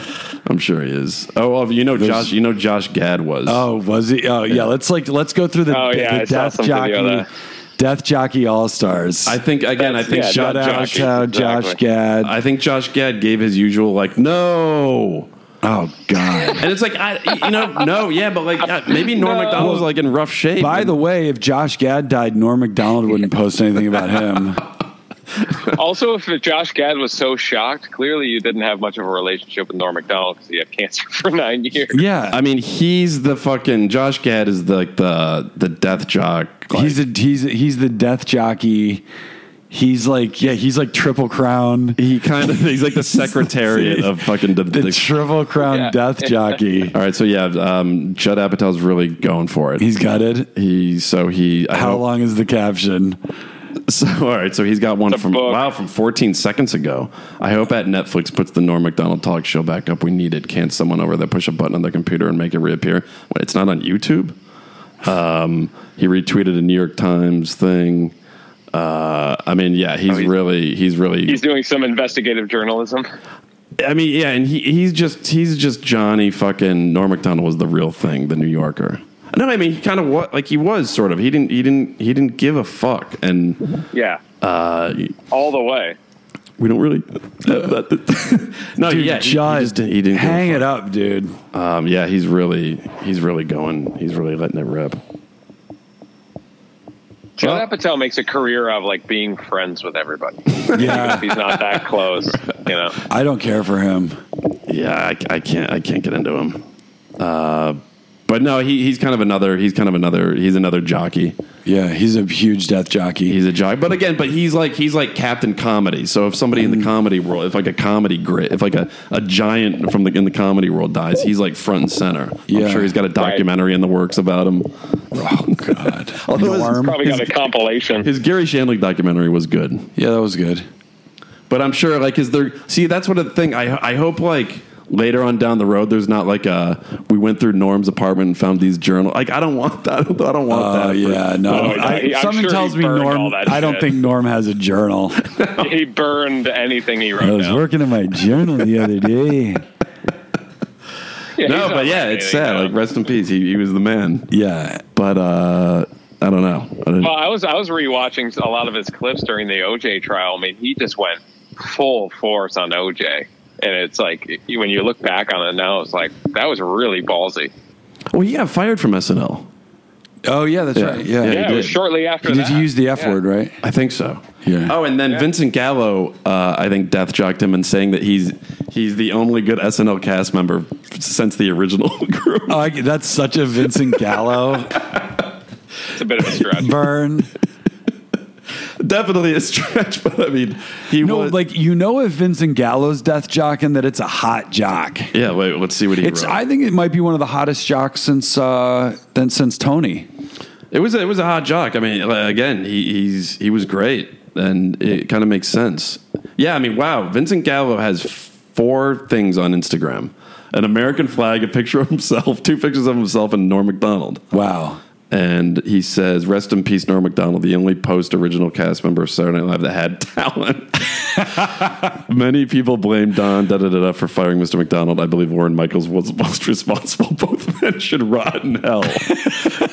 B: I'm sure he is. Oh, well, you know Josh. You know Josh Gad was.
A: Oh, was he? Oh, yeah. Let's like let's go through the,
C: Oh,
A: the
C: yeah, I saw
A: death
C: some video of
A: jockey,
C: that.
A: death jockey all stars.
B: I think again. I think
C: That's- yeah,
B: Josh,
A: Judd
C: Judd
A: Apatow,
C: Jockey,
A: Josh
C: exactly.
A: Gad.
B: I think Josh Gad gave his usual like no,
A: oh God.
B: and it's like I you know no yeah, but like uh, maybe Norm Macdonald was like in rough shape.
A: By the way, if Josh Gad died, Norm Macdonald wouldn't post anything about him.
C: Also, if Josh Gad was so shocked, clearly you didn't have much of a relationship with Norm Macdonald because he had cancer for nine years.
A: Yeah,
B: I mean he's the fucking Josh Gad is the, like the the death jock. Like,
A: he's a he's a, he's the death jockey. He's like yeah, he's like triple crown,
B: he kind of he's like the secretariat of fucking the.
A: the
B: the-
A: triple crown
C: Yeah.
A: death jockey.
B: all right, so yeah, um, Judd Apatow's really going for it.
A: He's gutted.
B: he so he I
A: How
B: hope-
A: long is the caption?
B: So all right, so he's got one
C: The
B: from
C: book.
B: wow from 14 seconds ago. I hope at Netflix puts the Norm Macdonald talk show back up. We need it. Can't someone over there push a button on their computer and make it reappear? Wait, it's not on YouTube. Um, he retweeted a New York Times thing. Uh, I mean, yeah, he's,
C: he's-
B: really he's really
C: He's doing some investigative journalism.
B: I mean, yeah, and he, he's just he's just Johnny fucking Norm Macdonald was the real thing, the New Yorker. No, I mean he kind of what like he was sort of. He didn't he didn't he didn't give a fuck, and
C: Yeah,
B: uh,
C: all the way.
B: we don't really. no,
A: Dude,
B: yeah, he- he,
A: just
B: just didn't, he didn't give a
A: hang it up, dude.
B: Um, yeah, he's really he's really going. He's really letting it rip.
C: Judd
B: Well-
C: Apatow makes a career of like being friends with everybody.
A: Yeah,
C: He's not that close, you know.
A: I don't care for him.
B: Yeah, I, I can't I can't get into him. Uh, but no, he, he's kind of another. He's kind of another. He's another jockey.
A: Yeah, he's a huge death jockey.
B: He's a jockey. But again, but he's like he's like Captain Comedy. So if somebody in the comedy world, if like a comedy grit, if like a, a giant from the in the comedy world dies, he's like front and center.
A: Yeah.
B: I'm sure he's got a documentary in the works about him.
A: oh God, Norm.
C: Probably got a compilation.
B: His Gary Shandling documentary was good.
A: Yeah, that was good.
B: But I'm sure, like, is there? See, that's what the thing. I I hope like later on down the road, there's not like a we went through Norm's apartment and found these journal. Like, I don't want that. I don't, I don't want
A: Uh,
B: that. for-
A: yeah, no.
C: Oh, yeah,
A: I,
C: he- I'm
A: someone
C: sure
A: tells
C: he
A: me
C: burned all
A: Norm.
C: that
A: I don't
C: shit.
A: think Norm has a journal.
C: He burned anything he
A: I
C: wrote
A: was
C: down.
A: working on my journal the other day.
C: Yeah, he's
B: No,
C: not
B: but yeah,
C: writing
B: it's
C: anything
B: sad.
C: down.
B: Like, rest in peace. He he was the man.
A: Yeah,
B: But uh, I don't know. I don't,
C: Well, I was I was rewatching a lot of his clips during the OJ trial. I mean, he just went full force on OJ, and it's like you- when you look back on it now, it's like that was really ballsy.
B: well, he got fired from SNL.
A: Oh yeah, that's
B: Yeah.
A: right. Yeah,
B: Yeah,
A: he
B: he
C: Yeah, it was
B: did.
C: shortly after
A: He did
C: that.
A: use the F
C: Yeah.
A: word, right?
B: I think so.
A: Yeah.
B: Oh, and then Vincent Gallo, uh, I think, death jocked him and saying that he's he's the only good SNL cast member since the original group.
A: Oh, I, that's such a Vincent Gallo
C: It's a bit of a stretch.
A: burn.
B: Definitely a stretch, but I mean, he
A: No,
B: was,
A: like you know, if Vincent Gallo's death jocking, that it's a hot jock.
B: Yeah, wait. Let's see what he
A: It's.
B: wrote.
A: I think it might be one of the hottest jocks since uh, then since Tony.
B: it was a, it was a hot jock. I mean, like, again, he, he's he was great, and it kind of makes sense. Yeah, I mean, wow. Vincent Gallo has four things on Instagram: an American flag, a picture of himself, two pictures of himself, and Norm Macdonald.
A: Wow.
B: And he says, "Rest in peace, Norm Macdonald, the only post original cast member of Saturday Night Live that had talent." Many people blame Don da da da da for firing Mr. McDonald. I believe Warren Michaels was most responsible. Both men should rot in hell.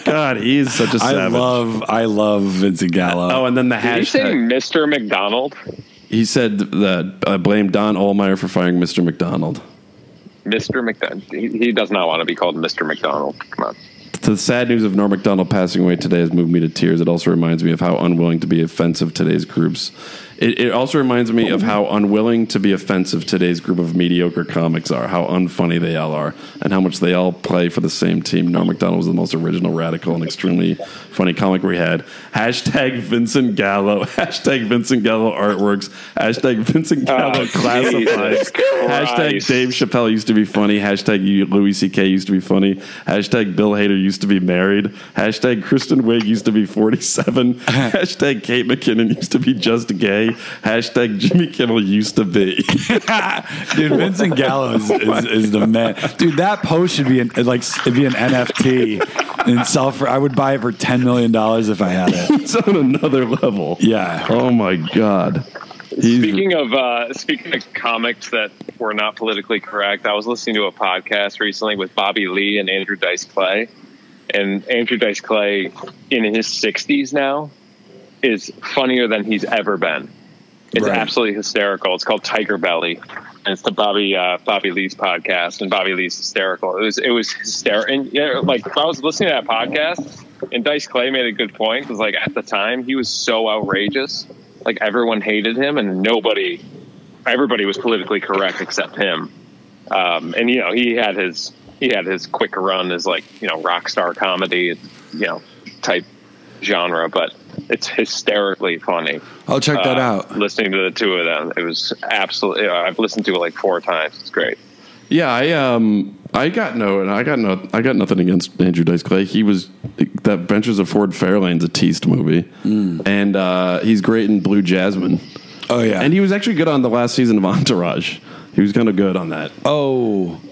B: God, he is such a
A: I
B: savage.
A: love. I love Vincent Gallo.
B: oh, and then the
C: Did you say
B: hashtag.
C: Mr. McDonald?
B: He said that I blame Don Olmeyer for firing Mr. McDonald.
C: Mr. McDonald. He, he does not want to be called Mr. McDonald. Come on.
B: The sad news of Norm Macdonald passing away today has moved me to tears. It also reminds me of how unwilling to be offensive today's groups. It, it also reminds me of how unwilling to be offensive today's group of mediocre comics are, how unfunny they all are, and how much they all play for the same team. Norm Macdonald was the most original, radical, and extremely funny comic we had. Hashtag Vincent Gallo. Hashtag Vincent Gallo artworks. Hashtag Vincent Gallo
C: Oh,
B: classifieds.
C: Jesus
B: Hashtag
C: Christ.
B: Dave Dave Chappelle used to be funny. Hashtag you- Louis C.K. used to be funny. Hashtag Bill Hader used to be married. Hashtag Kristen Wiig used to be 47. Hashtag Kate McKinnon used to be just gay. Hashtag Jimmy Kimmel used to be.
A: dude, Vincent Gallo is, is, is the man. Dude, that post should be an, like it'd be an NFT and sell for. I would buy it for ten million dollars if I had it.
B: It's on another level.
A: Yeah.
B: Oh my God. He's-
C: Speaking of uh, speaking of comics that were not politically correct, I was listening to a podcast recently with Bobby Lee and Andrew Dice Clay, and Andrew Dice Clay in his sixties now is funnier than he's ever been. It's
A: Right.
C: absolutely hysterical. It's called Tiger Belly, and it's the Bobby uh, Bobby Lee's podcast, and Bobby Lee's hysterical. It was it was hysterical. And you know, like I was listening to that podcast, and Dice Clay made a good point because like at the time he was so outrageous, like everyone hated him, and nobody, everybody was politically correct except him. Um, and you know he had his he had his quick run as like you know rock star comedy, you know type genre, but it's hysterically funny
A: I'll check that
C: uh,
A: out.
C: Listening to the two of them, it was absolutely. I've listened to it like four times. It's great.
B: Yeah, I um, I got no, and I got no, I got nothing against Andrew Dice Clay. He was that Ventures of Ford Fairlane's a teased movie, and uh, he's great in Blue Jasmine.
A: Oh yeah.
B: And he was actually good on the last season of Entourage. He was kind of good on that.
A: oh,
C: But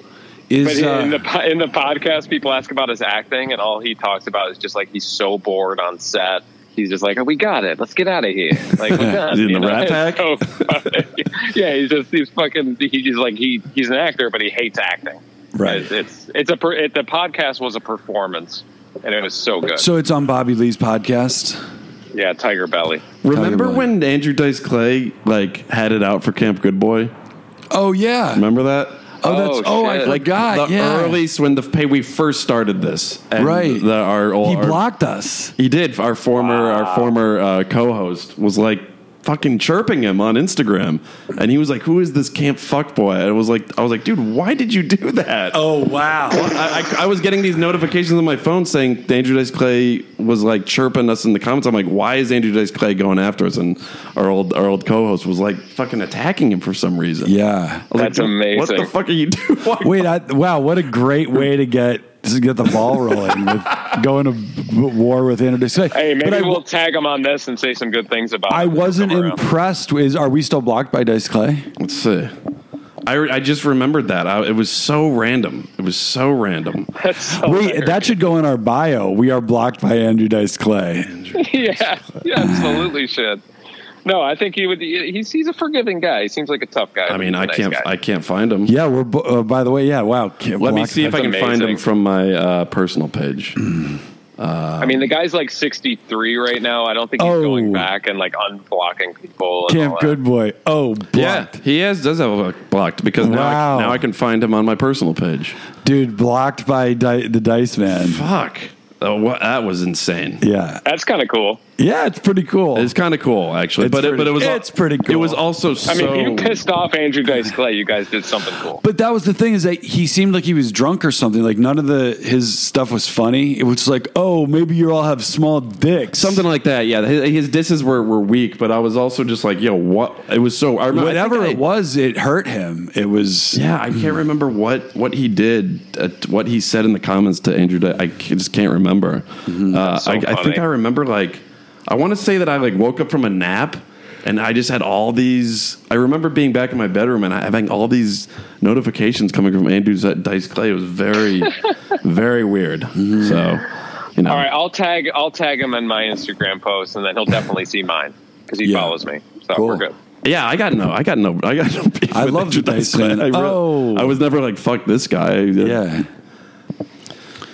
A: is
C: in-
A: uh,
C: in the po- in the podcast, people ask about his acting, and all he talks about is just like he's so bored on set. he's just like, oh, we got it. Let's get out of here. Like, we're done,
B: in
C: you
B: the Rat Pack?
C: So funny. yeah, he's just he's fucking. He's just like he he's an actor, but he hates acting.
A: Right.
C: It's it's, it's a per, it, the podcast was a performance, and it was so good.
A: So it's on Bobby Lee's podcast.
C: yeah, Tiger Belly.
B: Remember
A: about it.
B: when Andrew Dice Clay like had it out for Camp Good Boy?
A: Oh yeah.
B: Remember that?
A: Oh, that's oh,
C: Oh,
A: I
C: shit.
A: forgot.
B: the
A: yeah.
B: earliest when the pay we first started this, and
A: Right.
B: The, our,
A: he
B: our-
A: blocked us.
B: He did. Our former our former uh, co-host was like fucking chirping him on Instagram, and he was like, "Who is this camp fuck boy?" And it was like, I was like, "Dude, why did you do that?"
A: Oh wow.
B: I, I, I was getting these notifications on my phone saying Andrew Dice Clay was like chirping us in the comments. I'm like, why is Andrew Dice Clay going after us? And our old our old co-host was like fucking attacking him for some reason.
A: Yeah.
B: I was
C: That's
B: like, dude, What the
C: amazing.
B: fuck are you doing? Why-
A: Wait, I, wow, what a great way to get to get the ball rolling with going to b- war with Andrew Dice Clay.
C: Hey, maybe
A: But I,
C: we'll tag him on this and say some good things about.
A: I
C: him
A: wasn't
C: somewhere else.
A: impressed. Is are we still blocked by Dice Clay?
B: Let's see. I, I just remembered that. I, it was so random. It was so random.
C: That's so
A: Wait, that should go in our bio. We are blocked by Andrew Dice Clay.
C: yeah, yeah, absolutely should. No, I think he would. He's he's a forgiving guy. He seems like a tough guy.
B: I mean, I
C: Nice
B: can't.
C: guy.
B: I can't find him.
A: Yeah, we're. bo- Uh, by the way, yeah. Wow. can't
B: Let me
A: block-
B: see if I
C: That's
B: can find him
C: amazing.
B: from my uh, personal page.
C: I mean, the guy's like 63 right now. I don't think he's
A: Um, Oh.
C: going back and like unblocking people. And all
A: Camp
C: that.
A: Good Boy. Oh,
B: Yeah,
A: blocked,
B: he has does have a blocked because now
A: Wow.
B: I, now I can find him on my personal page.
A: dude. Blocked by di- the Dice Man.
B: Fuck, oh, wha- that was insane.
A: Yeah.
C: That's kind of cool.
A: Yeah, it's pretty cool.
B: It's kind of cool actually,
A: It's
B: but it,
A: pretty-
B: but it was al-
A: it's pretty cool.
B: It was also so.
C: I mean, you pissed off Andrew Dice Clay. You guys did something cool.
A: But that was the thing is that he seemed like he was drunk or something. Like none of the his stuff was funny. It was like, oh, maybe you all have small dicks.
B: Something like that, yeah. His, his disses were, were weak, but I was also just like, yo, what? It was so. I remember, I think
A: Whatever
B: I-
A: it was, it hurt him. It was
B: Yeah, I can't remember what what he did, uh, what he said in the comments to Andrew. Di- I c- just can't remember. Uh,
C: so
B: I, I think
C: funny.
B: I remember like I want to say that I like woke up from a nap and I just had all these. I remember being back in my bedroom and having all these notifications coming from Andrew Di- Dice Clay. It was very, very weird. So, you know,
C: All right, I'll tag I'll tag him in my Instagram post, and then he'll definitely see mine because he
A: Yeah.
C: follows me. So
A: Cool.
C: we're good.
B: yeah, I got no, I got no, I got no. Beef
A: I
B: with
A: love
B: Andrew
A: the
B: Dice
A: Dice
B: Clay.
A: Man.
B: I, re-
A: Oh.
B: I was never like fuck this guy.
A: yeah.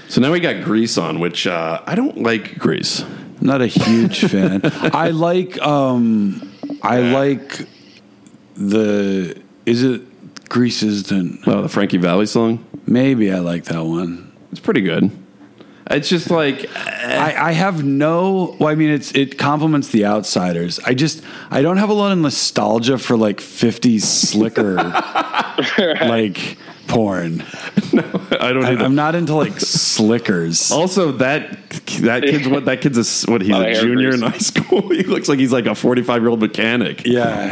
B: So now we got Grease on, which uh, I don't like Grease.
A: Not a huge fan. I like um I like the is it Grease is the
B: Oh, the Frankie Valley song.
A: maybe I like that one.
B: It's pretty good. It's just like
A: I, I have no well, I mean it's it complements the outsiders. I just I don't have a lot of nostalgia for like 50s slicker like porn.
B: I don't.
A: I,
B: Either.
A: I'm not into like slickers.
B: also, that that kid's what that kid's a s what he's
C: Lot of
B: a
C: hair
B: junior
C: grease.
B: in high school. he looks like he's like a 45 year old mechanic.
A: Yeah.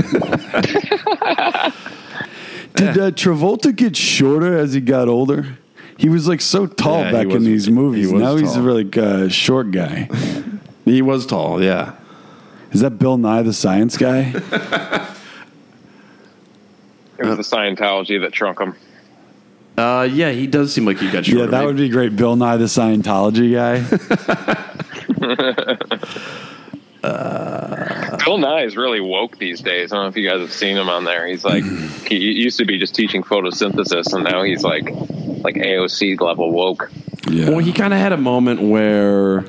A: Did uh, Travolta get shorter as he got older? He was like so tall
B: Yeah, he
A: back in
B: was-
A: these movies.
B: he was
A: Now he's a
B: tall.
A: really uh, short guy.
B: He was tall. Yeah.
A: Is that Bill Nye the Science Guy?
C: It was the Scientology that trunk him.
B: Uh, yeah, he does seem like he got shorter.
A: yeah, that
B: right?
A: would be great. Bill Nye the Scientology guy. Uh.
C: Bill Nye is really woke these days. I don't know if you guys have seen him on there. He's like, he used to be just teaching photosynthesis, and now he's like, like AOC level woke.
A: Yeah.
B: Well, he kind of had a moment where,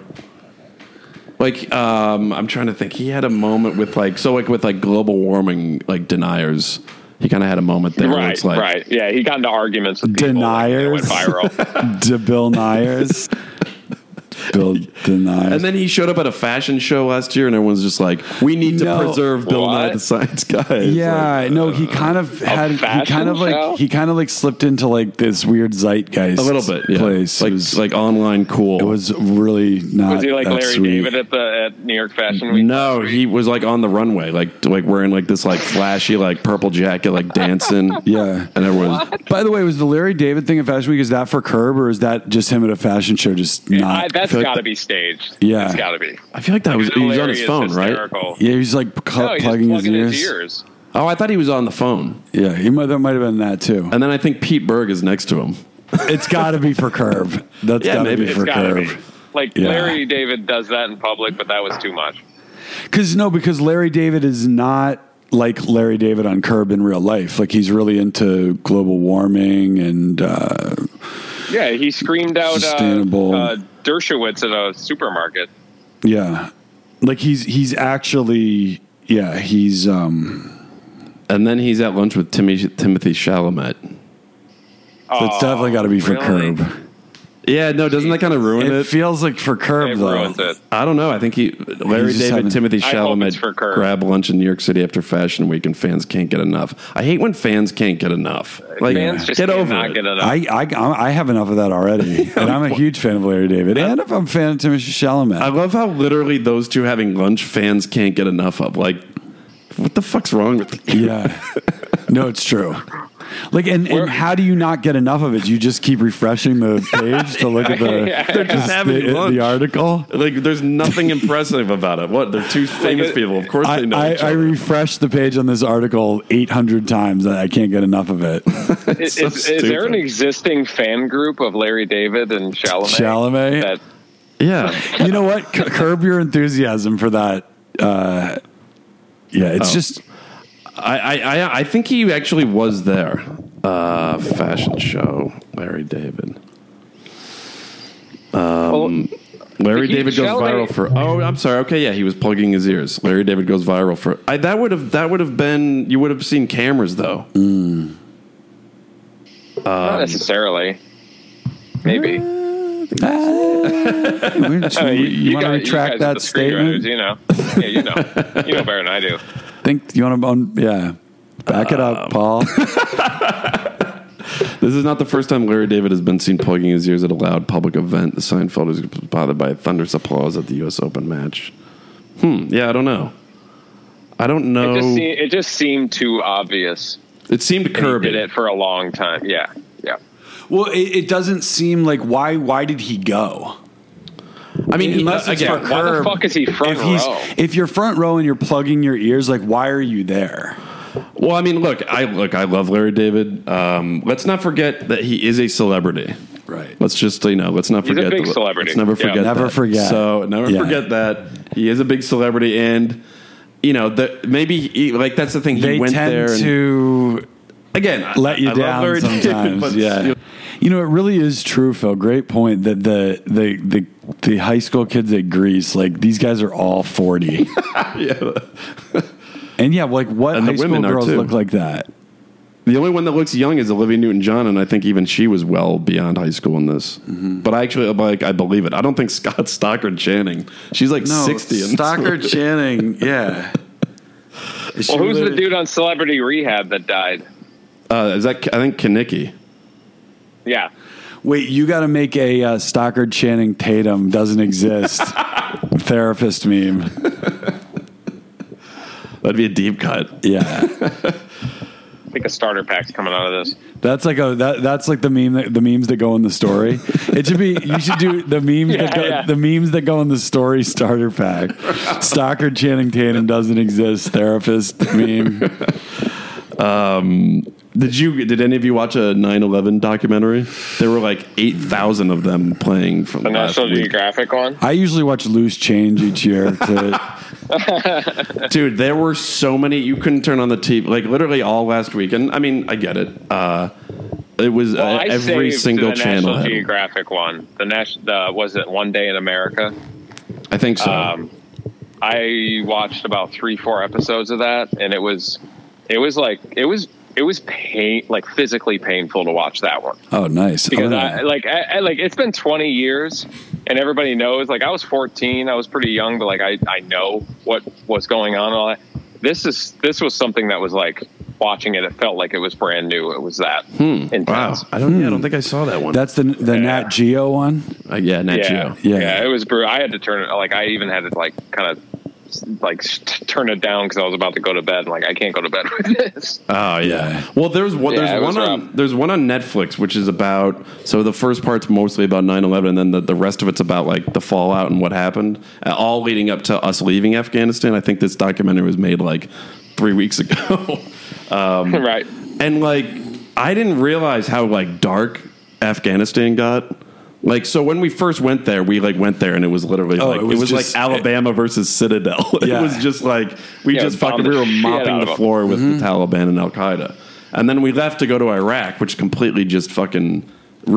B: like, um, I'm trying to think. He had a moment with like so like with like global warming like deniers. He kind of had a moment there. where
C: Right,
B: it's like,
C: right. Yeah, he got into arguments with people, like, and it
A: Deniers.
C: went viral.
A: to Bill Nyers. Bill Nyers.
B: And then he showed up at a fashion show last year, and everyone's just like, "We need
A: No.
B: to preserve Bill
C: What?
B: Nye the Science Guy." It's
A: yeah, no, he kind of had he kind
C: Uh, fashion
A: of like
C: show?
A: he kind of like slipped into like this weird zeitgeist
B: like, a little bit, yeah.
A: place. It
B: like
A: was-
B: like online cool.
A: It was really not.
C: Was he like
A: that
C: Larry
A: sweet.
C: David at the at New York Fashion Week?
B: no, he was like on the runway, like like wearing like this like flashy like purple jacket, like dancing.
A: Yeah.
B: and everyone.
A: By the way, was the Larry David thing at Fashion Week? Is that for Curb or is that just him at a fashion show? Just not.
C: I, that's
B: Feel like
C: got to
B: that-
C: be staged.
A: Yeah.
C: it's got to be.
B: I feel like that was he was on his phone, right?
C: right?
A: yeah, he's like cu-
C: No, he's
A: plugging, his, ears.
C: ears.
B: Oh, I thought he was on the phone,
A: Yeah, he might, that might have been that too.
B: and then I think Pete Berg is next to him.
A: it's got to be for Curb. That's
B: Yeah,
A: got to
B: maybe
A: be
B: it's
A: for
C: It's got to
A: Curb.
C: be. Like
A: Yeah.
C: Larry David does that in public, but that was too much.
A: Because no, because Larry David is not like Larry David on Curb in real life. Like he's really into global warming and uh,
C: Yeah, he screamed out uh,
A: Sustainable.
C: uh, Dershowitz at a supermarket.
A: yeah, like he's he's actually yeah he's um
B: And then he's at lunch with Timmy, Timothy Chalamet.
A: that's
C: Oh,
A: definitely got to be for
C: really?
A: Curb.
B: Yeah, no, doesn't that kind of ruin
A: It,
B: it?
A: feels like for Curb
C: It
A: though.
C: ruins it.
B: I don't know. I think he Larry
A: just
B: David,
A: haven't-
B: Timothy
C: I hope it's for
B: Chalamet
C: Curb.
B: grab lunch in New York City after Fashion Week, and fans can't get enough. I hate when fans can't get enough. Like,
C: Fans just
B: get over
C: cannot
B: it.
C: get enough.
A: I, I I have enough of that already, and I'm a huge fan of Larry David, and if I'm a fan of Timothy Chalamet,
B: I love how literally those two having lunch, fans can't get enough of. Like, what the fuck's wrong with?
A: Yeah. No, it's true. Like, and, and how do you not get enough of it? You just keep refreshing the page to look at the,
C: They're just
B: having
A: the,
B: lunch.
A: the article.
B: Like, there's nothing impressive about it. What? They're two famous
C: it-
B: people. Of course,
A: I,
B: they know.
A: I,
B: each
A: I
B: other.
A: refreshed the page on this article 800 times. and I can't get enough of it.
C: Is,
B: so
C: is, is there
B: stupid.
C: an existing fan group of Larry David and Chalamet?
A: Chalamet?
C: That,
B: yeah,
A: You know what? C- curb your enthusiasm for that. Uh, yeah, it's just
B: I, I, I, I think he actually was there. Uh, fashion show, Larry David. Um,
C: well,
B: Larry
C: He-
B: David goes
C: Shall
B: viral
C: they-
B: for. Oh, I'm sorry. Okay, yeah, he was plugging his ears. Larry David goes viral for. I, that would have that would have been. You would have seen cameras though.
A: Um,
C: not necessarily. Maybe.
A: Ah, we're just- you, want to
C: guy-
A: retract
C: guys are
A: that
C: the screenwriters,
A: statement?
C: You know, yeah, you know, you know better than I do.
A: Think you want to? Um, yeah, back it up, Paul.
B: This is not the first time Larry David has been seen plugging his ears at a loud public event. The Seinfeld is bothered by thunderous applause at the U.S. Open match. Hmm. Yeah, I don't know. I don't know. It,
C: It
A: Oh.
C: just, se- it just seemed too obvious.
B: seemed
C: And he
B: curvy.
C: did it for a long time. Yeah, yeah.
A: Well, it, it doesn't seem like why. Why did he go?
B: I mean,
A: Unless it's
B: again,
A: for
C: uh, Why the
A: Curb,
C: fuck is he front
A: if he's
C: row?
A: if you're front row and you're plugging your ears, like why are you there?
B: Well, I mean, look, I look, I love Larry David. Um, let's not forget that he is a celebrity.
A: Right.
B: Let's just you know, let's not
C: He's a
B: forget.
C: big
B: the-
C: celebrity.
B: Let's never
C: Yeah.
B: forget.
A: Never
B: that.
A: forget.
B: So never
A: Yeah.
B: forget that he is a big celebrity, and you know that maybe he, like that's the thing. He
A: They
B: went
A: tend
B: there and,
A: to
B: again I-
A: let you
B: I love
A: down
B: Larry David,
A: sometimes.
B: but
A: yeah.
B: you know,
A: you know, it really is true, Phil. Great point that the the the, the high school kids at Greece, like these guys are all forty. and yeah, like what
B: And the
A: high school
B: women are,
A: girls
B: too.
A: look like that?
B: The only one that looks young is Olivia Newton-John, and I think even she was well beyond high school in this.
A: Mm-hmm.
B: But I actually like I believe it. I don't think Scott Stockard Channing. She's like sixty. in this movie.
A: Channing, yeah.
C: well, who's the dude on Celebrity Rehab that died?
B: Uh, is that I think Kanicki.
C: Yeah,
A: Wait, you got to make a uh, Stockard Channing Tatum doesn't exist therapist meme.
B: That'd be a deep cut.
A: Yeah,
C: I think a starter pack's coming out of this.
A: that's like a that, that's like the meme that, the memes that go in the story. It should be you should do the memes that go,
C: Yeah, yeah.
A: the memes that go in the story starter pack. Stockard Channing Tatum doesn't exist therapist meme.
B: Did you? Did any of you watch a 9/11 documentary? There were like eight thousand of them playing from
C: The
B: last
C: National
B: week. Uh,
C: Geographic one.
A: I usually watch Loose Change each year. To,
B: Dude, there were so many you couldn't turn on the TV. Like literally all last week. And I mean, I get it. Uh, it was
C: Well,
B: uh,
C: I
B: every
C: saved
B: single
C: the
B: channel.
C: National
B: had-
C: Geographic one. The national the, was it One Day in America?
B: I think so.
C: Um, I watched about three, four episodes of that, and it was, it was like it was it was pain like physically painful to watch that one
A: oh, nice.
C: because
A: I'm
C: I
A: gonna-
C: like I, I like it's been 20 years, and everybody knows like I was 14, I was pretty young, but like I I know what was going on. and All that. This is this was something that was like watching it. It felt like it was brand new. It was that
B: Hmm. wow,
C: intense.
B: I don't. yeah, I don't think I saw that one.
A: that's the the
C: Yeah.
A: Nat Geo one.
B: Uh, yeah, Nat
C: yeah,
B: Geo.
A: Yeah.
C: yeah, It was brutal. I had to turn it. Like I even had to like kind of like s- t- turn it down because I was about to go to bed. And, like I can't go to bed with this.
B: Oh
A: Yeah.
B: yeah. Well, there's one.
C: Yeah,
B: There's
C: it was
B: one on.
C: rough.
B: There's one on Netflix, which is about. So the first part's mostly about 9/11, and then the, the rest of it's about like the fallout and what happened, uh, all leading up to us leaving Afghanistan. I think this documentary was made like three weeks ago, Um,
C: right.
B: and like I didn't realize how like dark Afghanistan got. Like so, when we first went there, we like went there, and it was literally
A: Oh,
B: like
A: it
B: it
A: was
B: was,
A: just-
B: like Alabama versus Citadel.
A: Yeah.
B: It was just like we
C: Yeah,
B: just
C: bomb
B: fucking
C: the
B: we were
C: shit out
B: mopping
C: of
B: the
C: 'em.
B: floor with
A: Mm-hmm.
B: the Taliban and Al Qaeda, and then we left to go to Iraq, which completely just fucking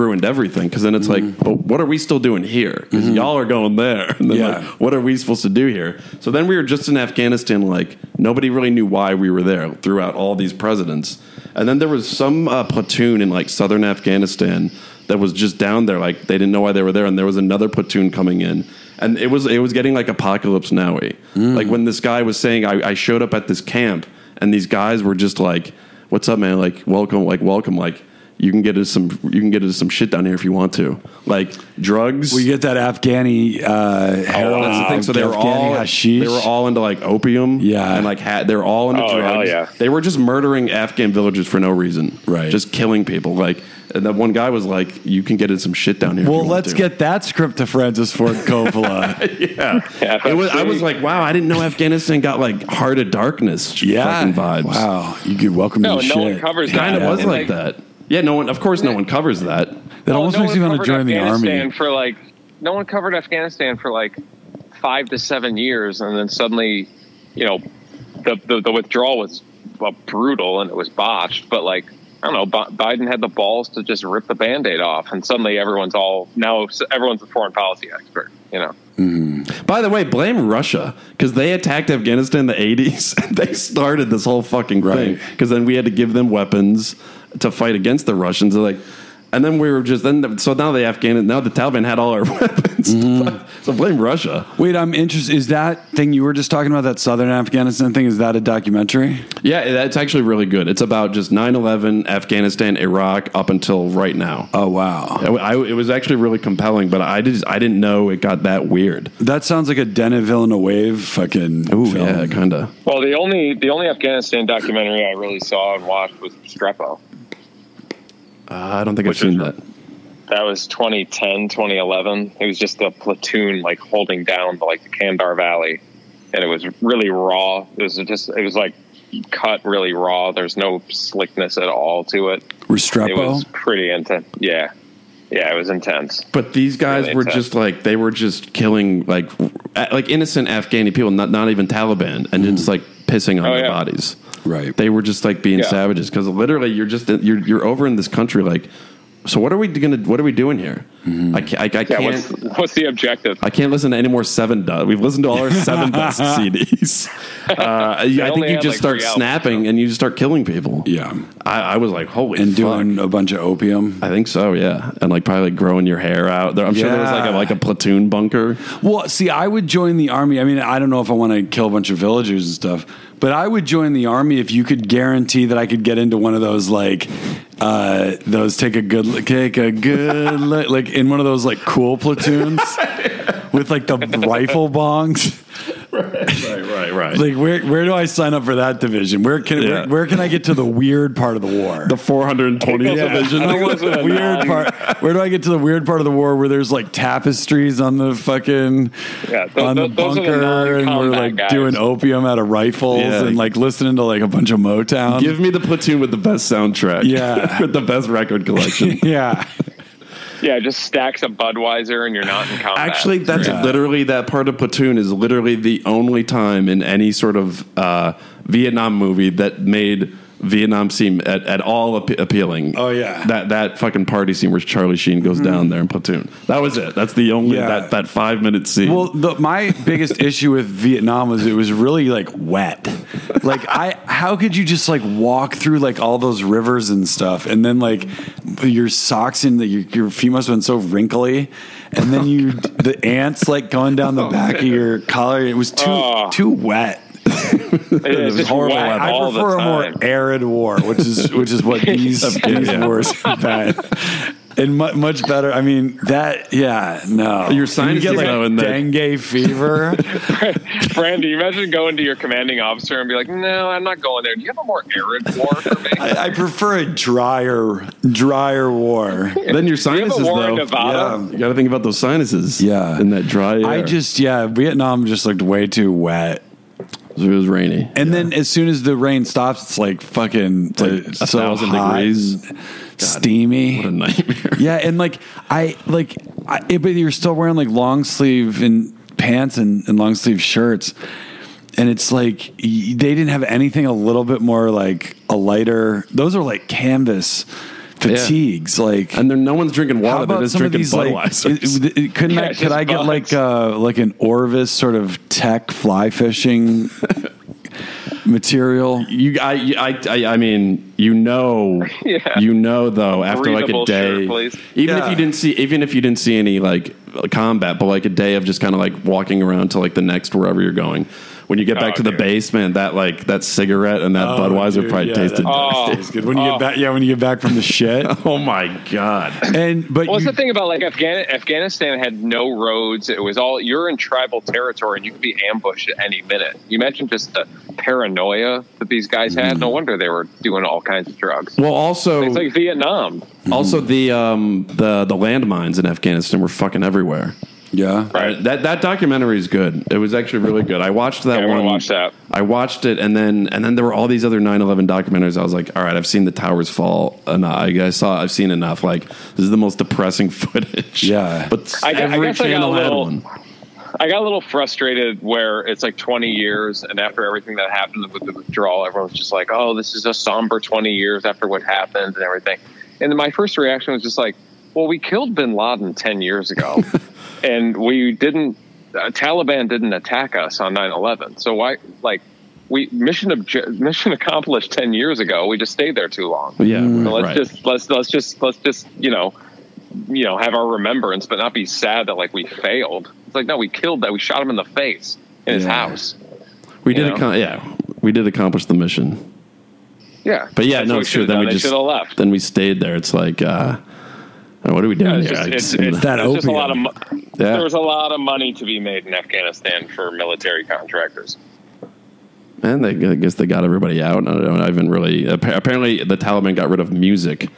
B: ruined everything. Because then it's like,
A: Mm-hmm.
B: but what are we still doing here? Because y'all are going there, and then
A: Yeah.
B: like, what are we supposed to do here? So then we were just in Afghanistan. Like nobody really knew why we were there throughout all these presidents. And then there was some uh, platoon in like southern Afghanistan that was just down there. Like they didn't know why they were there. And there was another platoon coming in. And it was it was getting like apocalypse nowy. Like when this guy was saying, I, I showed up at this camp, and these guys were just like, "What's up, man? Like welcome, like welcome, like." You can get us some. You can get us some shit down here if you want to, like drugs.
A: We get that Afghani uh,
B: Oh,
A: heroin.
B: that's the thing. So they were
A: Afghani
B: all
A: hashish.
B: they were all into like opium,
A: Yeah.
B: and like ha- they were all into
C: Oh,
B: drugs.
C: hell yeah.
B: They were just murdering Afghan villagers for no reason,
A: Right.
B: Just killing people. Like and that one guy was like, "You can get in some shit down here." if you
A: Well,
B: want
A: let's
B: to."
A: get that script to Francis Ford Coppola.
B: yeah.
C: Yeah.
B: It was, I was like, wow, I didn't know Afghanistan got like Heart of Darkness,
A: yeah,
B: fucking vibes.
A: Wow, you could welcome to
C: No,
A: the
C: no
A: shit.
C: one covers
B: It kind
C: that.
B: of was
C: And,
B: like, that. Yeah, no one. Of course, no one covers that.
A: That
C: Well,
A: almost
C: Oh, no
A: makes
C: one
A: me want to
C: covered
A: join the
C: Afghanistan
A: army.
C: For like, no one covered Afghanistan for like five to seven years, and then suddenly, you know, the the, the withdrawal was well, brutal and it was botched. But like, I don't know, Bi- Biden had the balls to just rip the Band-Aid off, and suddenly everyone's all now everyone's a foreign policy expert. You know,
B: By the way, blame Russia because they attacked Afghanistan in the eighties. they started this whole fucking
A: Right.
B: thing because then we had to give them weapons to fight against the Russians. They're like, and then we were just then. The, so now the Afghan now the Taliban had all our weapons. so blame Russia.
A: Wait, I'm interested. Is that thing you were just talking about, that southern Afghanistan thing, is that a documentary?
B: Yeah, that's actually really good. It's about just 9-11, Afghanistan, Iraq, up until right now. Uh,
A: Oh, wow.
B: I, I- it was actually really compelling, but I just I didn't know it got that weird.
A: That sounds like a Denny Villeneuve fucking
B: Ooh,
A: film.
B: yeah, kind of.
C: well, the only the only Afghanistan documentary I really saw and watched was Strepo.
B: Uh, I don't think
C: Which
B: I've seen
C: is-
B: that.
C: That was 2010, 2011. It was just a platoon like holding down the, like the Kandar Valley, and it was really raw. It was just it was like cut really raw. There's no slickness at all to it. It was
A: Restrepo?
C: pretty intense. Yeah, yeah, it was intense.
B: But these guys
C: Really
B: were
C: tough.
B: just like they were just killing like a- like innocent Afghani people, not not even Taliban, and just like pissing on
C: Oh,
B: their
C: yeah.
B: bodies.
A: Right.
B: They were just like being
C: Yeah.
B: savages because literally you're just you're you're over in this country like. So what are we gonna? What are we doing here? I ca- I, I
C: Mm-hmm. Yeah,
B: can't.
C: what's what's the objective?
B: I can't listen to any more Seven Dust. We've listened to all our Seven Dust CDs. Uh, I think
C: only
B: you
C: had,
B: just
C: like,
B: start
C: three albums,
B: snapping and you just start killing people.
A: yeah.
B: I, I was like, holy
A: And
B: fuck.
A: doing a bunch of opium.
B: I think so, yeah. And like probably growing your hair out. There, I'm sure there was like a,
A: Yeah.
B: like a platoon bunker.
A: Well, see, I would join the army. I mean, I don't know if I want to kill a bunch of villagers and stuff, but I would join the army if you could guarantee that I could get into one of those like uh those take a good look take a good look like in one of those like cool platoons with like the rifle bongs.
B: Right, right, right.
A: Like where where do I sign up for that division? Where can
B: Yeah.
A: where, where can I get to the weird part of the war?
B: the 420th
C: Yeah.
B: division.
C: I think those are the
A: weird
C: non-
A: part. Where do I get to the weird part of the war where there's like tapestries on the fucking
C: Yeah, tho-
A: on the
C: tho- those are the
A: bunker and we're
C: non-combat
A: like
C: guys.
A: doing opium out of rifles
B: Yeah.
A: and like listening to like a bunch of Motown.
B: Give me the platoon with the best soundtrack.
A: Yeah. Oh,
B: with the best record collection.
A: yeah,
C: Yeah, just stacks of Budweiser, and you're not in combat.
B: Actually, that's
A: Yeah.
B: literally that part of platoon is literally the only time in any sort of uh, Vietnam movie that made Vietnam seem at, at all appe- appealing.
A: Oh, yeah. Mm-hmm.
B: that that fucking party scene where Charlie Sheen goes down there in platoon. That was it. That's the only
A: Yeah.
B: that that five minute scene.
A: Well, the, my biggest issue with Vietnam was it was really like wet. Like I, how could you just like walk through like all those rivers and stuff, and then like your socks and the, your your feet must have been so wrinkly, and then you the ants like going down the back of your collar. It was too
C: Oh.
A: too wet.
C: it was
A: Horrible.
C: wet
A: I,
C: all the
A: prefer a
C: time.
A: more arid war, which is which is what these these
B: Yeah.
A: wars have been. And mu- much better. I mean, that, yeah, no.
B: Your
A: sign
B: sinuses,
A: get like
B: though, and the-
A: dengue fever.
C: Brand, do you imagine going to your commanding officer and be like, "No, I'm not going there. Do you have a more arid war for me?"
A: I, I prefer a drier, drier war.
B: then your
C: you have a
B: sinuses
C: war
B: though.
C: in Nevada?
B: You got to think about those sinuses.
A: Yeah.
B: in that dry air.
A: I just, yeah, Vietnam just looked way too wet.
B: It was rainy.
A: And then as soon as the rain stops, it's like fucking it's
B: like
A: like
B: a
A: so
B: thousand
A: hot
B: degrees.
A: and steamy.
B: What a nightmare.
A: yeah, and like I like, I, it, but you're still wearing like long sleeve and pants and, and long sleeve shirts, and it's like y- they didn't have anything a little bit more like a lighter. Those are like canvas fatigues. Like
B: And then no one's drinking water. They're just drinking
A: like?
B: Budweiser.
A: it- it- it- couldn't
C: Yeah,
A: I,
C: it's
A: could
C: just
A: I get like
C: bugs.
A: uh, like an Orvis sort of tech fly fishing material?
B: you, I, you- I, I, I mean, you know,
C: Yeah.
B: you know, though, after like a
C: Breathable
B: day,
C: shirt, please.
B: even if
A: Yeah.
B: you didn't see, even if you didn't see any like combat, but like a day of just kind of like walking around to like the next wherever you're going. When you get back
C: Oh,
B: to the
C: dude.
B: basement, that like that cigarette and that Budweiser
A: Oh, dude,
B: probably
A: yeah,
B: tasted.
A: that-
B: Oh.
C: Oh,
A: It's good when you
C: oh.
A: get back. Yeah, when you get back from the shit.
B: my god!
A: And but
C: Well, it's
A: you-
C: the thing about like Afghan- Afghanistan had no roads. It was all you're in tribal territory, and you could be ambushed at any minute. You mentioned just the paranoia that these guys had. No wonder they were doing all kinds of drugs.
B: Well, also,
C: It's like Vietnam.
B: also the um the the landmines in Afghanistan were fucking everywhere.
A: yeah,
C: Right.
B: Uh, that that documentary is good. It was actually really good. I watched that
C: Yeah, I wanna
B: one.
C: watch that.
B: I watched it, and then and then there were all these other 9-11 documentaries. I was like, all right, I've seen the towers fall, and I, I saw, I've seen enough. Like this is the most depressing footage.
A: Yeah.
B: but
C: I gu- I
B: every
C: guess I got a
B: channel had
C: little-
B: one.
C: I got a little frustrated where it's like 20 years, and after everything that happened with the withdrawal, everyone's just like, "Oh, this is a somber 20 years after what happened and everything." And then my first reaction was just like, "Well, we killed Bin Laden 10 years ago, and we didn't. Uh, Taliban didn't attack us on 9/11, so why? Like, we mission obje- mission accomplished 10 years ago. We just stayed there too long.
B: Yeah,
C: So let's
B: right.
C: just let's let's just let's just you know." you know have our remembrance but not be sad that like we failed it's like no we killed that we shot him in the face in his
A: Yeah.
C: house
B: we did.
C: you know.
B: Accom- yeah, we did accomplish the mission.
C: yeah
B: But yeah,
C: That's what
B: no, sure.
C: we should've
B: Then
C: done.
B: we
C: they
B: just
C: should have left
B: Then we stayed there. It's like, uh, oh, what are we doing
C: yeah, it's
B: here?
C: just,
B: I
C: it's,
B: just-
C: it's,
A: That
C: it's just a
A: opium.
C: lot of mo-
B: Yeah.
C: there was a lot of money to be made in afghanistan for military contractors
B: And they, I guess they got everybody out. I don't know, I haven't really. appa- Apparently, the Taliban got rid of music.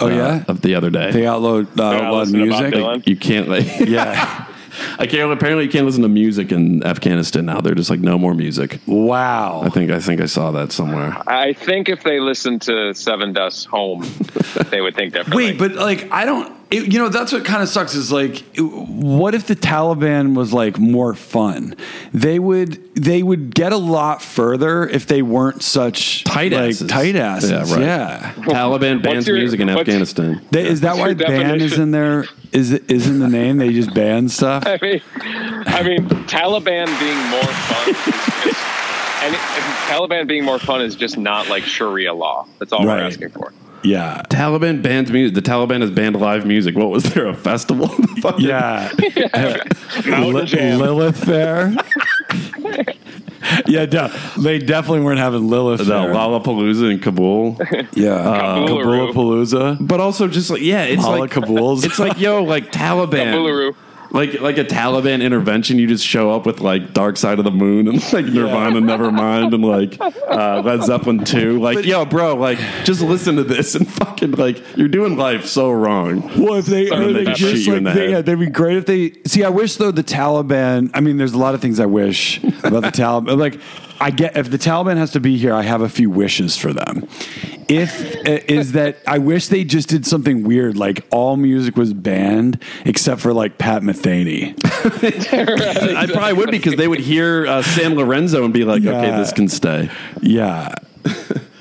A: Oh,
B: uh,
A: yeah?
B: of the other day.
A: they outlawed, uh, outlawed
C: listen to Bob
A: music.
C: Dylan.
B: you can't like.
A: Yeah,
B: I can't. Apparently, you can't listen to music in Afghanistan now. They're just like no more music. I
A: wow.
B: think. I think I saw that somewhere.
C: i think if they listened to seven dust home they would think differently
A: Wait, but like I don't. It, you know, that's what kind of sucks. Is like, it- what if the Taliban was like more fun? They would they would get a lot further if they weren't such
B: Tight
A: like
B: asses.
A: tight asses.
B: Yeah,
A: Yeah,
B: right. Taliban bans
C: your-
B: music in
C: what's-
B: Afghanistan.
A: They, is that
C: What's
A: why
C: your
A: ban is
C: definition?
A: in there? Is it is in the name? They just ban stuff.
C: I mean, I mean, Taliban being more fun. Is just, and it- and Taliban being more fun is just not like Sharia law. That's all
A: Right.
C: we're asking for.
A: Yeah,
B: Taliban bans music. The Taliban has banned live music. What was there a festival? Fucking-
A: yeah. Li- Lilith Fair. yeah, de- they definitely weren't having Lilith
B: The
A: Fair.
B: Lollapalooza in Kabul.
A: yeah,
B: uh,
C: Kaboolaroo.
A: Kabulapalooza.
B: But also just like yeah, it's
A: Mala
B: like
A: Kabools.
B: It's like yo, like Taliban.
C: Kaboolaroo.
B: Like like a Taliban intervention, you just show up with like Dark Side of the Moon and like Nirvana, Nevermind, and like uh, Led Zeppelin two. Like yo, bro, like just listen to this and fucking like you're doing life so wrong.
A: Well, if they,
B: And then
A: if
B: they
A: they
B: just shoot
A: just
B: you in
A: like,
B: the
A: they,
B: head.
A: yeah, they'd be great if they. See, I wish though the Taliban. I mean, there's a lot of things I wish about the Taliban. Like, I get if the Taliban has to be here, I have a few wishes for them. If uh, is that I wish they just did something weird, like all music was banned except for like Pat Metheny.
B: I probably would because they would hear uh, San Lorenzo and be like, okay,
A: Yeah.
B: this can stay.
A: Yeah.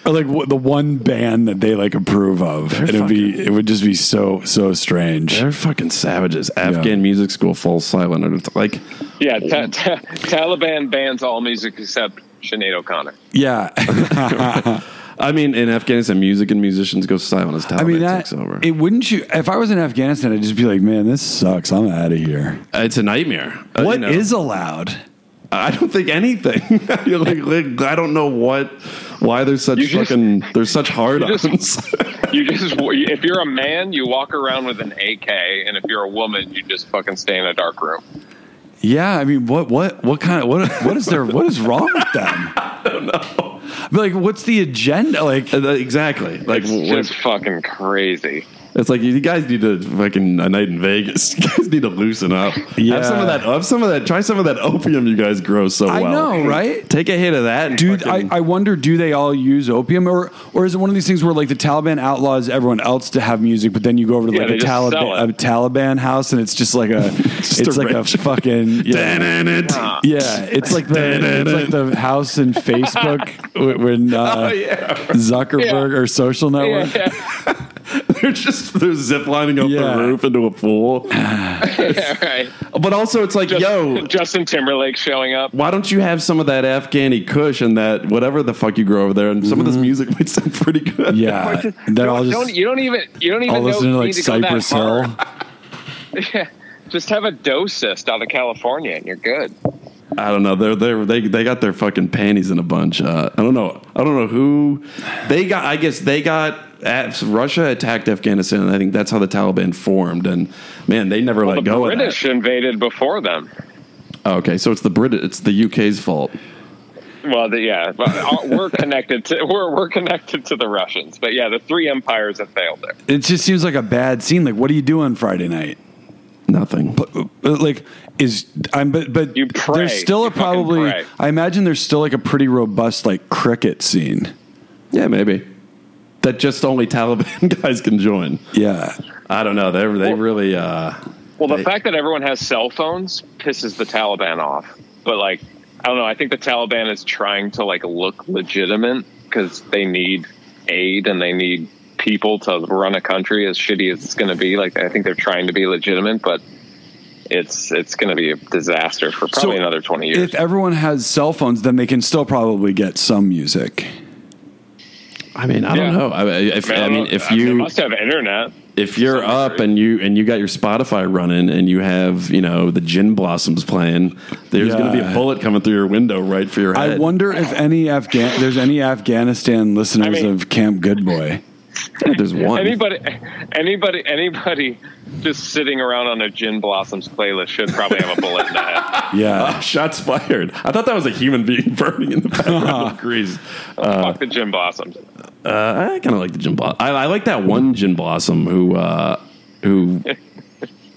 A: Or like wh- the one band that they like approve of, and it'd be it would just be so so strange.
B: They're fucking savages. Afghan music school falls silent. And it's like
C: Yeah, ta- ta- Taliban bans all music except Sinead O'Connor.
A: Yeah,
B: I mean, in Afghanistan, music and musicians go silent as Taliban
A: I mean that
B: takes over.
A: it wouldn't you. If I was in Afghanistan, I'd just be like, man, this sucks. I'm out of here.
B: Uh, it's a nightmare.
A: What is
B: What is?
A: allowed?
B: I don't think anything. You're like, like, I don't know what, why there's such
C: You just-
B: fucking, there's such hard
C: just-
B: ons.
C: You just, if you're a man, you walk around with an AK, and if you're a woman, you just fucking stay in a dark room.
A: Yeah, I mean, what what what kind of what what is there? What is wrong with them? I don't know. But like, what's the agenda? Like,
B: exactly. Like,
C: It's
B: wh-
C: just fucking crazy.
B: It's like you guys need to fucking a night in Vegas. You guys need to loosen up.
A: Yeah.
B: Have some of that. Have some of that. Try some of that opium you guys grow so
A: I
B: well.
A: know, right?
B: Take a hit of that, and
A: Dude, I,
B: fucking-
A: I wonder do they all use opium or or is it one of these things where like the Taliban outlaws everyone else to have music, but then you go over to
C: Yeah,
A: like
C: they
A: a
C: just sell
A: Taliban
C: it.
A: a Taliban house and it's just like a
B: Just
A: it's
B: a
A: like
B: wrench.
A: a fucking yeah,
B: Da-na-na-t.
C: Ah.
A: yeah it's like the it's like the house in Facebook wh- when uh,
B: Oh yeah,
A: Zuckerberg or Social Network.
C: Yeah, yeah.
B: they're just they're ziplining up
A: Yeah.
B: the roof into a pool.
C: Yeah, right.
B: But also, it's like,
C: Just-
B: yo,
C: Justin Timberlake showing up.
B: why don't you have some of that Afghani Kush and that whatever the fuck you grow over there? And some of this music might sound pretty good.
A: Mm-hmm. Yeah,
C: Or just-
A: they're
C: don't-
A: all
C: don't-
A: just
C: you don't even you don't even
A: all
C: know
A: listening
C: you
A: to like
C: need to go that
A: Cypress
C: far.
A: Hill.
C: Yeah. Just have a dosist out of California and you're good.
B: I don't know. They're they they they got their fucking panties in a bunch. Uh, I don't know. I don't know who they got. I guess they got Af- Russia attacked Afghanistan, and I think that's how the Taliban formed. And man, they never
C: The
B: let go
C: British invaded before them.
B: of that. Oh, okay, so it's the Brit. It's the UK's fault.
C: Well, the, yeah, but, uh, we're connected to we're we're connected to the Russians, but yeah, the three empires have failed there.
A: It just seems like a bad scene. Like, what do you do on Friday night?
B: Nothing.
A: But, like, is I'm but but
C: You pray.
A: there's still a
C: You fucking
A: probably.
C: pray.
A: I imagine there's still like a pretty robust like cricket scene.
B: yeah, maybe that just only Taliban guys can join.
A: Yeah,
B: I don't know. They they really. Uh,
C: Well, the
B: They-
C: fact that everyone has cell phones pisses the Taliban off. But like, I don't know. I think the Taliban is trying to like look legitimate because they need aid and they need people to run a country as shitty as it's going to be. Like, I think they're trying to be legitimate, but it's it's going to be a disaster for probably
A: So,
C: another twenty years.
A: if everyone has cell phones, then they can still probably get some music.
B: I mean, I
C: Yeah.
B: don't know. I mean, if, I mean,
C: don't-
B: if
C: they
B: you
C: must have internet,
B: if you're
C: some
B: up
C: degree.
B: and you and you got your Spotify running and you have you know the Gin Blossoms playing, there's going to be
A: Yeah.
B: a bullet coming through your window right for your head.
A: I wonder if any Afghan there's any Afghanistan listeners
C: I mean-
A: of Camp Good Boy.
B: Yeah, there's one.
C: anybody, anybody, anybody, just sitting around on a Gin Blossoms playlist should probably have a bullet in the head.
B: Ah,
A: Yeah,
B: shots fired. I thought that was a human being burning in the background of Greece. Uh,
C: Fuck the Gin Blossoms.
B: uh, I kind of like the Gin Blossom. I, I like that one Gin Blossom who uh, who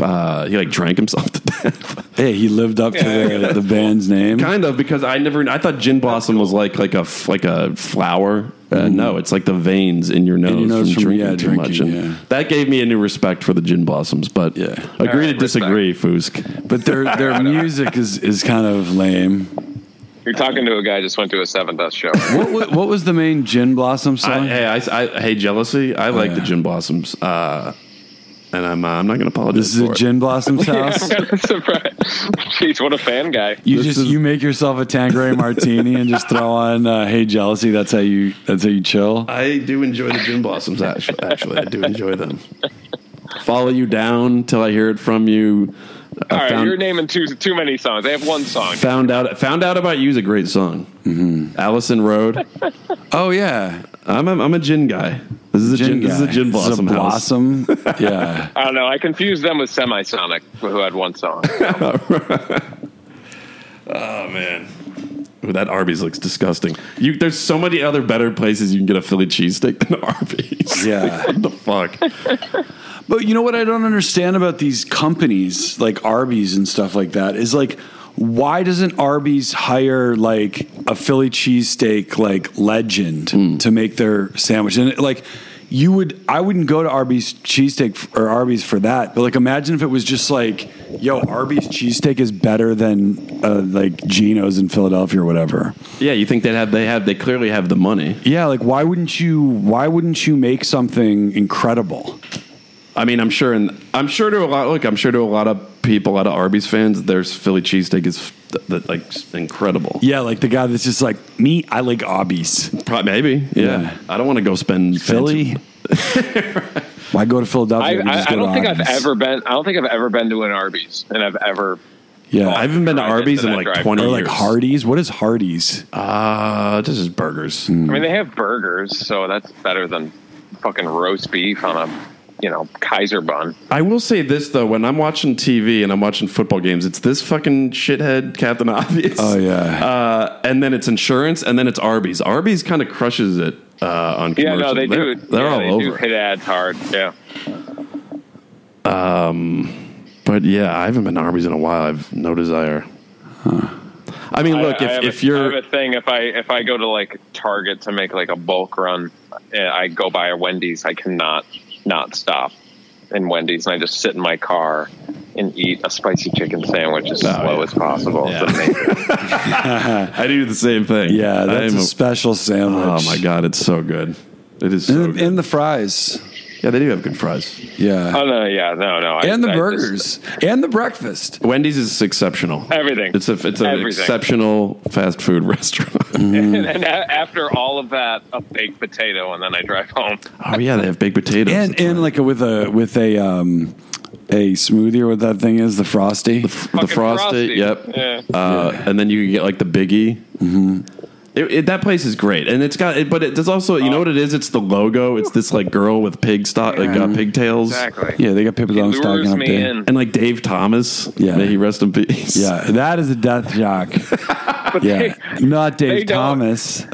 B: uh, he like drank himself to death.
A: hey, he lived up to the, the band's name.
B: kind of because I never I thought gin blossom was like like a f- like a flower. Uh, No, it's like the veins in your nose,
A: Mm-hmm. nose
B: from,
A: from-
B: drinking
A: yeah,
B: too
A: drinking,
B: much. And
A: yeah.
B: That gave me a new respect for the gin blossoms. But
A: Yeah.
B: agree
C: right,
B: to disagree, Foosk.
A: But their their music is is kind of lame.
C: You're talking to a guy who just went to a Seven Dust show.
A: What wa- what was the main Gin Blossom
B: I,
A: song?
B: hey, I, I- hey, jealousy. I like
A: Oh, yeah.
B: the gin blossoms, uh, and I'm uh, I'm not going to apologize.
A: this is a
B: for it.
A: Gin Blossom's house.
C: Surprise! Jeez, what a fan guy.
A: You
B: This
A: just
B: is-
A: you make yourself a Tanqueray martini and just throw on uh, Hey Jealousy. That's how you that's how you chill.
B: I do enjoy the gin blossoms. Actually, actually, I do enjoy them. Follow you down till I hear it from you. I
C: All right,
B: found-
C: you're naming too too many songs. They have one song.
B: Found out. Found out about you is a great song. Allison Road.
A: Oh yeah,
B: I'm a, I'm a gin guy. This is a gin.
A: Gin
B: this is a
A: guy.
B: gin
A: This is a
B: blossom house.
A: blossom. yeah,
C: I don't know. I confused them with Semisonic, who had one song.
B: Oh man, Ooh, that Arby's looks disgusting. You, there's so many other better places you can get a Philly cheesesteak than Arby's.
A: Yeah.
B: what the fuck?
A: but you know what I don't understand about these companies like Arby's and stuff like that is like. Why doesn't Arby's hire like a Philly cheesesteak like legend to make their sandwich? And like you would I wouldn't go to Arby's cheesesteak f- or Arby's for that. But like imagine if it was just like, yo, Arby's cheesesteak is better than uh, like Geno's in Philadelphia or whatever.
B: Yeah, you think they have? They have. They clearly have the money.
A: Yeah, like why wouldn't you why wouldn't you make something incredible?
B: I mean, I'm sure, and I'm sure to a lot. Look, I'm sure to a lot of people, a lot of Arby's fans, their Philly cheesesteak is th- th- like incredible.
A: Yeah, like the guy that's just like, me, I like Arby's.
B: Pro- maybe. Yeah.
A: Yeah.
B: I don't want to go spend
A: Philly. Why go to
C: I,
A: Philadelphia? when you
C: I,
A: just
C: I
A: go to
C: don't think I've
A: Arby's?
C: ever been. I don't think I've ever been to an Arby's, and I've ever.
A: Yeah.
B: I haven't been to
C: I've been
B: Arby's
C: to
B: in
C: that
B: like
C: drive-thru.
B: twenty
A: or like
B: years.
A: Hardee's. What is Hardee's?
B: Uh, this is burgers.
A: Hmm.
C: I
A: Mm.
C: mean, they have burgers, so that's better than fucking roast beef on a you know Kaiser bun.
B: I will say this though: when I'm watching TV and I'm watching football games, it's this fucking shithead Captain Obvious.
A: Oh, yeah.
B: Uh, and then it's insurance, and then it's Arby's. Arby's kind of crushes it uh, on
C: Yeah,
B: commercials.
C: no, they
B: They're-
C: do.
B: They're
C: yeah,
B: all
C: they
B: over.
C: do hit ads hard. Yeah,
B: But yeah, I haven't been to Arby's in a while. I've no desire. I mean, look,
C: I, I
B: if,
C: have
B: if
C: a,
B: you're
C: I have a thing if I if I go to like Target to make like a bulk run, and I go by a Wendy's, I cannot not stop in Wendy's, and I just sit in my car and eat a spicy chicken sandwich as slow
B: Oh, yeah.
C: as possible. It's
B: Yeah.
C: amazing.
B: I do the same thing.
A: Yeah, that's
B: I'm
A: a special sandwich.
B: oh my god, it's so good. It is so
A: And,
B: good.
A: and the fries.
B: yeah, they do have good fries.
A: Yeah.
C: oh no, yeah, no, no, I-
A: and the
C: I
A: burgers.
C: just-
A: and the breakfast.
B: Wendy's is exceptional.
C: Everything.
B: It's a it's an
C: Everything.
B: exceptional fast food restaurant.
C: and, and a- after all of that, a baked potato, and then I drive home.
B: oh yeah, they have baked potatoes.
A: And
B: That's
A: and
B: right.
A: like a, with a with a um a smoothie or what that thing is, the frosty.
B: the
C: Fucking
B: frosty.
C: Frosty.
B: Yep.
C: Yeah.
B: Uh, And then you can get like the biggie. Mm-hmm. It, it, that place is great, and it's got. It, but it, there's also, you know what it is? It's the logo. It's this like girl with pig stock, like uh, pigtails.
C: Exactly.
A: yeah, they got Pippa
C: It
A: Longstocking
C: lures
A: up
C: me
A: there.
C: in.
B: And like Dave Thomas.
A: Yeah.
B: May he rest in peace.
A: Yeah, that is a death jock. yeah, not
C: they
A: Dave
C: don't-
A: Thomas.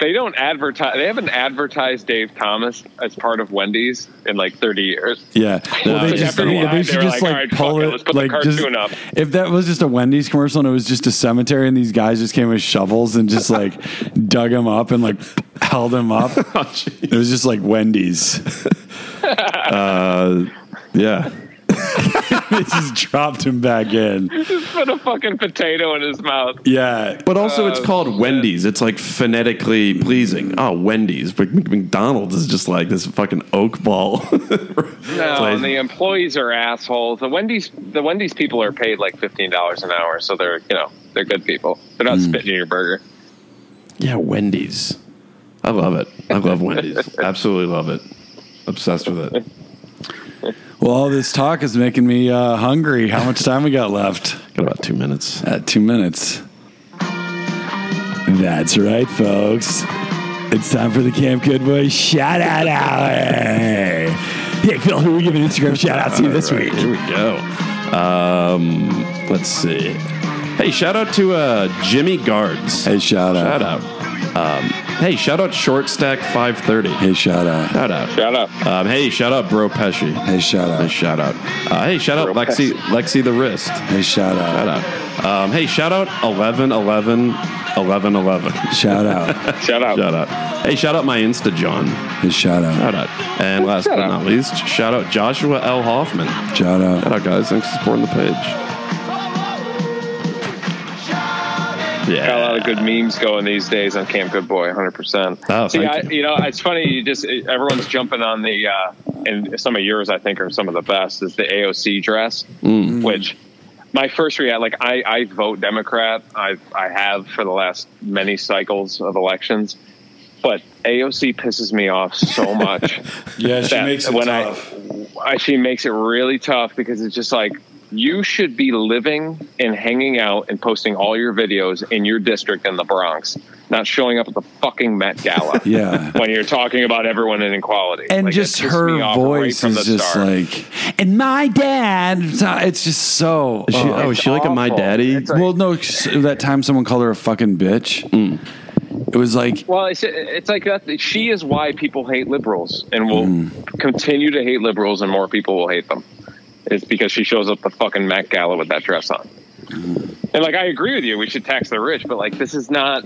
C: They don't advertise. They haven't advertised Dave Thomas as part of Wendy's in like 30 years.
A: Yeah,
B: No,
A: well, they
B: it's
A: just
C: after a
A: they,
C: while,
A: they should
C: they were
A: just
C: like,
A: like,
C: "All right,
A: pull
C: fuck it,
A: it,
C: let's put the
A: like
C: cartoon
A: just
C: up."
A: if that was just a Wendy's commercial and it was just a cemetery and these guys just came with shovels and just like dug him up and like held him up.
C: Oh,
A: it was just like Wendy's.
B: Yeah.
A: they just dropped him back in.
C: Put a fucking potato in his mouth.
A: Yeah,
B: But also, it's
C: Oh,
B: called Wendy's. It's like phonetically pleasing. Oh, Wendy's. But Mc- McDonald's is just like this fucking oak ball.
C: No,
B: place.
C: and the employees are assholes. The Wendy's the Wendy's people are paid like fifteen dollars an hour, so they're you know they're good people. They're not spitting in your burger.
B: yeah, Wendy's. I love it. I love Wendy's. Absolutely love it. Obsessed with it.
A: Well, all this talk is making me uh, hungry. How much time we got left?
B: Got about two minutes.
A: At Uh, two minutes. That's right, folks. It's time for the Camp Good Boy shout out hour. Hey, Phil, who are we giving Instagram shout outs to this
B: All right,
A: week?
B: Here we go. Um, let's see. Hey, shout out to uh, Jimmy Guards.
A: Hey, shout out.
B: shout out. Um, hey, shout out Short Stack 530.
A: Hey, shout out.
B: Shout out.
C: Shut up.
B: Um, hey, shout out Bro Pesci.
A: Hey, shout
B: Nice
A: out.
B: shout out. Uh, hey, shout out
C: Real
B: Lexi,
C: pest.
B: Lexi the wrist.
A: Hey, shout
B: Shout
A: out.
B: out. Um, hey, shout out 11, 11, 11, 11.
A: Shout out.
C: Shut up.
B: shout out. Hey, shout out my Insta John.
A: Hey, shout out.
B: Shout out. And last
C: Shout
B: but
C: out.
B: not least, shout out Joshua L. Hoffman.
A: Shout
B: Shout
A: out.
B: out, guys. Thanks for supporting the page.
C: Got a lot
B: Yeah.
C: of good memes going these days on Camp Good Boy, 100%.
B: Oh,
C: See,
B: thank
C: I,
B: you.
C: you. know, it's funny. You just everyone's jumping on the uh, and some of yours, I think, are some of the best. Is the AOC dress,
B: Mm.
C: which my first react, like I, I vote Democrat. I I have for the last many cycles of elections, but AOC pisses me off so much.
A: Yeah, she
C: that when I, I she makes it really tough because it's just like you should be living and hanging out and posting all your videos in your district in the Bronx, not showing up at the fucking Met Gala.
A: Yeah.
C: When you're talking about everyone and inequality,
A: and
C: Like, it
A: just
C: pissed
A: her
C: me off right
A: voice
C: from
A: is
C: the
A: just
C: start.
A: like, and my dad. It's just so.
B: Is she,
A: oh.
B: oh, is she like a My
C: awful.
B: Daddy?
C: It's like-
A: well, no, s- that time someone called her a fucking bitch.
B: Mm.
A: It was like,
C: Well, it's it's like that. She is why people hate liberals and will
A: Hmm.
C: continue to hate liberals, and more people will hate them. It's because she shows up at the fucking Met Gala with that dress on.
A: Hmm.
C: And like, I agree with you. We should tax the rich, but like, this is not.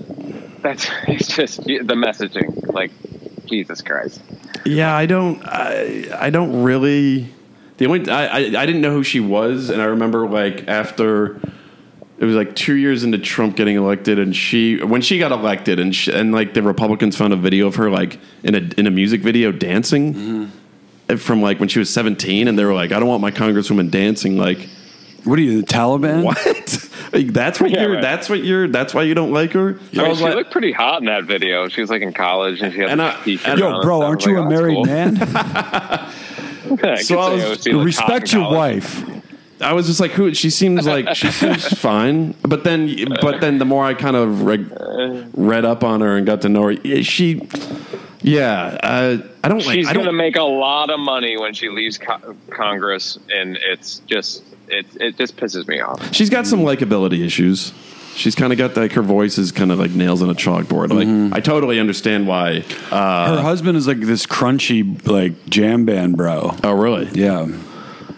C: That's it's just the messaging. Like, Jesus Christ.
B: Yeah, I don't. I, I don't really. The only I, I I didn't know who she was, and I remember like after it was like two years into Trump getting elected, and she when she got elected, and she, and like the Republicans found a video of her like in a in a music video dancing
C: Mm-hmm.
B: from like when she was seventeen, and they were like, I don't want my congresswoman dancing like.
A: what are you, the Taliban?
B: What? Like, that's what
C: Yeah,
B: you're.
C: right.
B: That's what you're. That's why you don't like her.
C: I
B: I
C: mean,
B: was
C: she
B: like,
C: looked pretty hot in that video. She was like in college, and she had
B: And
C: like,
B: I-
C: t-shirt
B: and-
C: on
A: Yo,
C: and
A: bro,
C: stuff.
A: aren't
C: I
A: you
C: was
A: a
C: like, "Oh, that's
A: married
C: cool."
A: man?
C: Yeah, I
B: So
C: could
B: I
C: say
B: was-
C: OC, like, hot in
A: Respect your
C: college.
A: wife.
B: I was just like, who? She seems like she seems fine, but then, but then, the more I kind of read,
C: Uh,
B: read up on her and got to know her, yeah, she, yeah, uh, I don't like.
C: She's
B: I
C: going to
B: don't,
C: make a lot of money when she leaves co- Congress, and it's just it it just pisses me off.
B: she's got some likability issues. She's kind of got like her voice is kind of like nails on a chalkboard. Like I totally understand why. Uh,
A: Her husband is like this crunchy, like jam band bro.
B: oh really?
A: Yeah,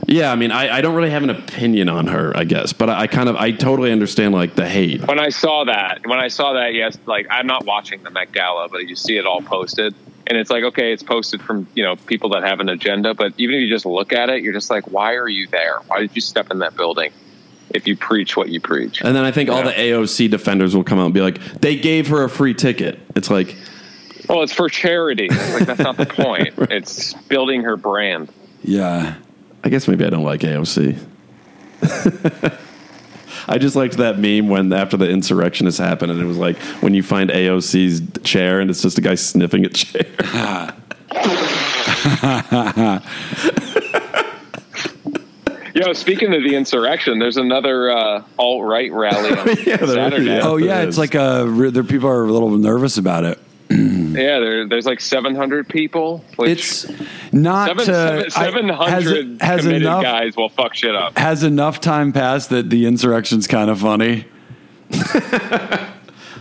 B: Yeah, I mean, I, I don't really have an opinion on her, I guess, but I, I kind of I totally understand like the hate.
C: When I saw that, when I saw that, yes, like I'm not watching the Met Gala, but you see it all posted, and it's like okay, it's posted from you know people that have an agenda, but even if you just look at it, you're just like, why are you there? Why did you step in that building? If you preach what you preach,
B: And then I think all the AOC defenders will come out and be like, they gave her a free ticket. It's like,
C: well, it's for charity. It's like that's not the point. It's building her brand.
A: Yeah.
B: I guess maybe I don't like AOC. I just liked that meme when after the insurrection has happened, and it was like when you find AOC's chair, and it's just a guy sniffing a chair.
C: Yo, speaking of the insurrection, there's another uh, alt right rally on
B: Yeah, there-
C: Saturday.
B: yeah.
A: Oh yeah,
B: It
A: it's
B: is.
A: like a re- there, people are a little nervous about it.
C: Yeah, there, there's like 700 people. Which
B: It's
A: Not
C: seven,
A: to, I-
C: seven- 700
A: has, has
C: committed
A: enough
C: guys will fuck shit up.
A: has enough time passed that the insurrection's kind of funny.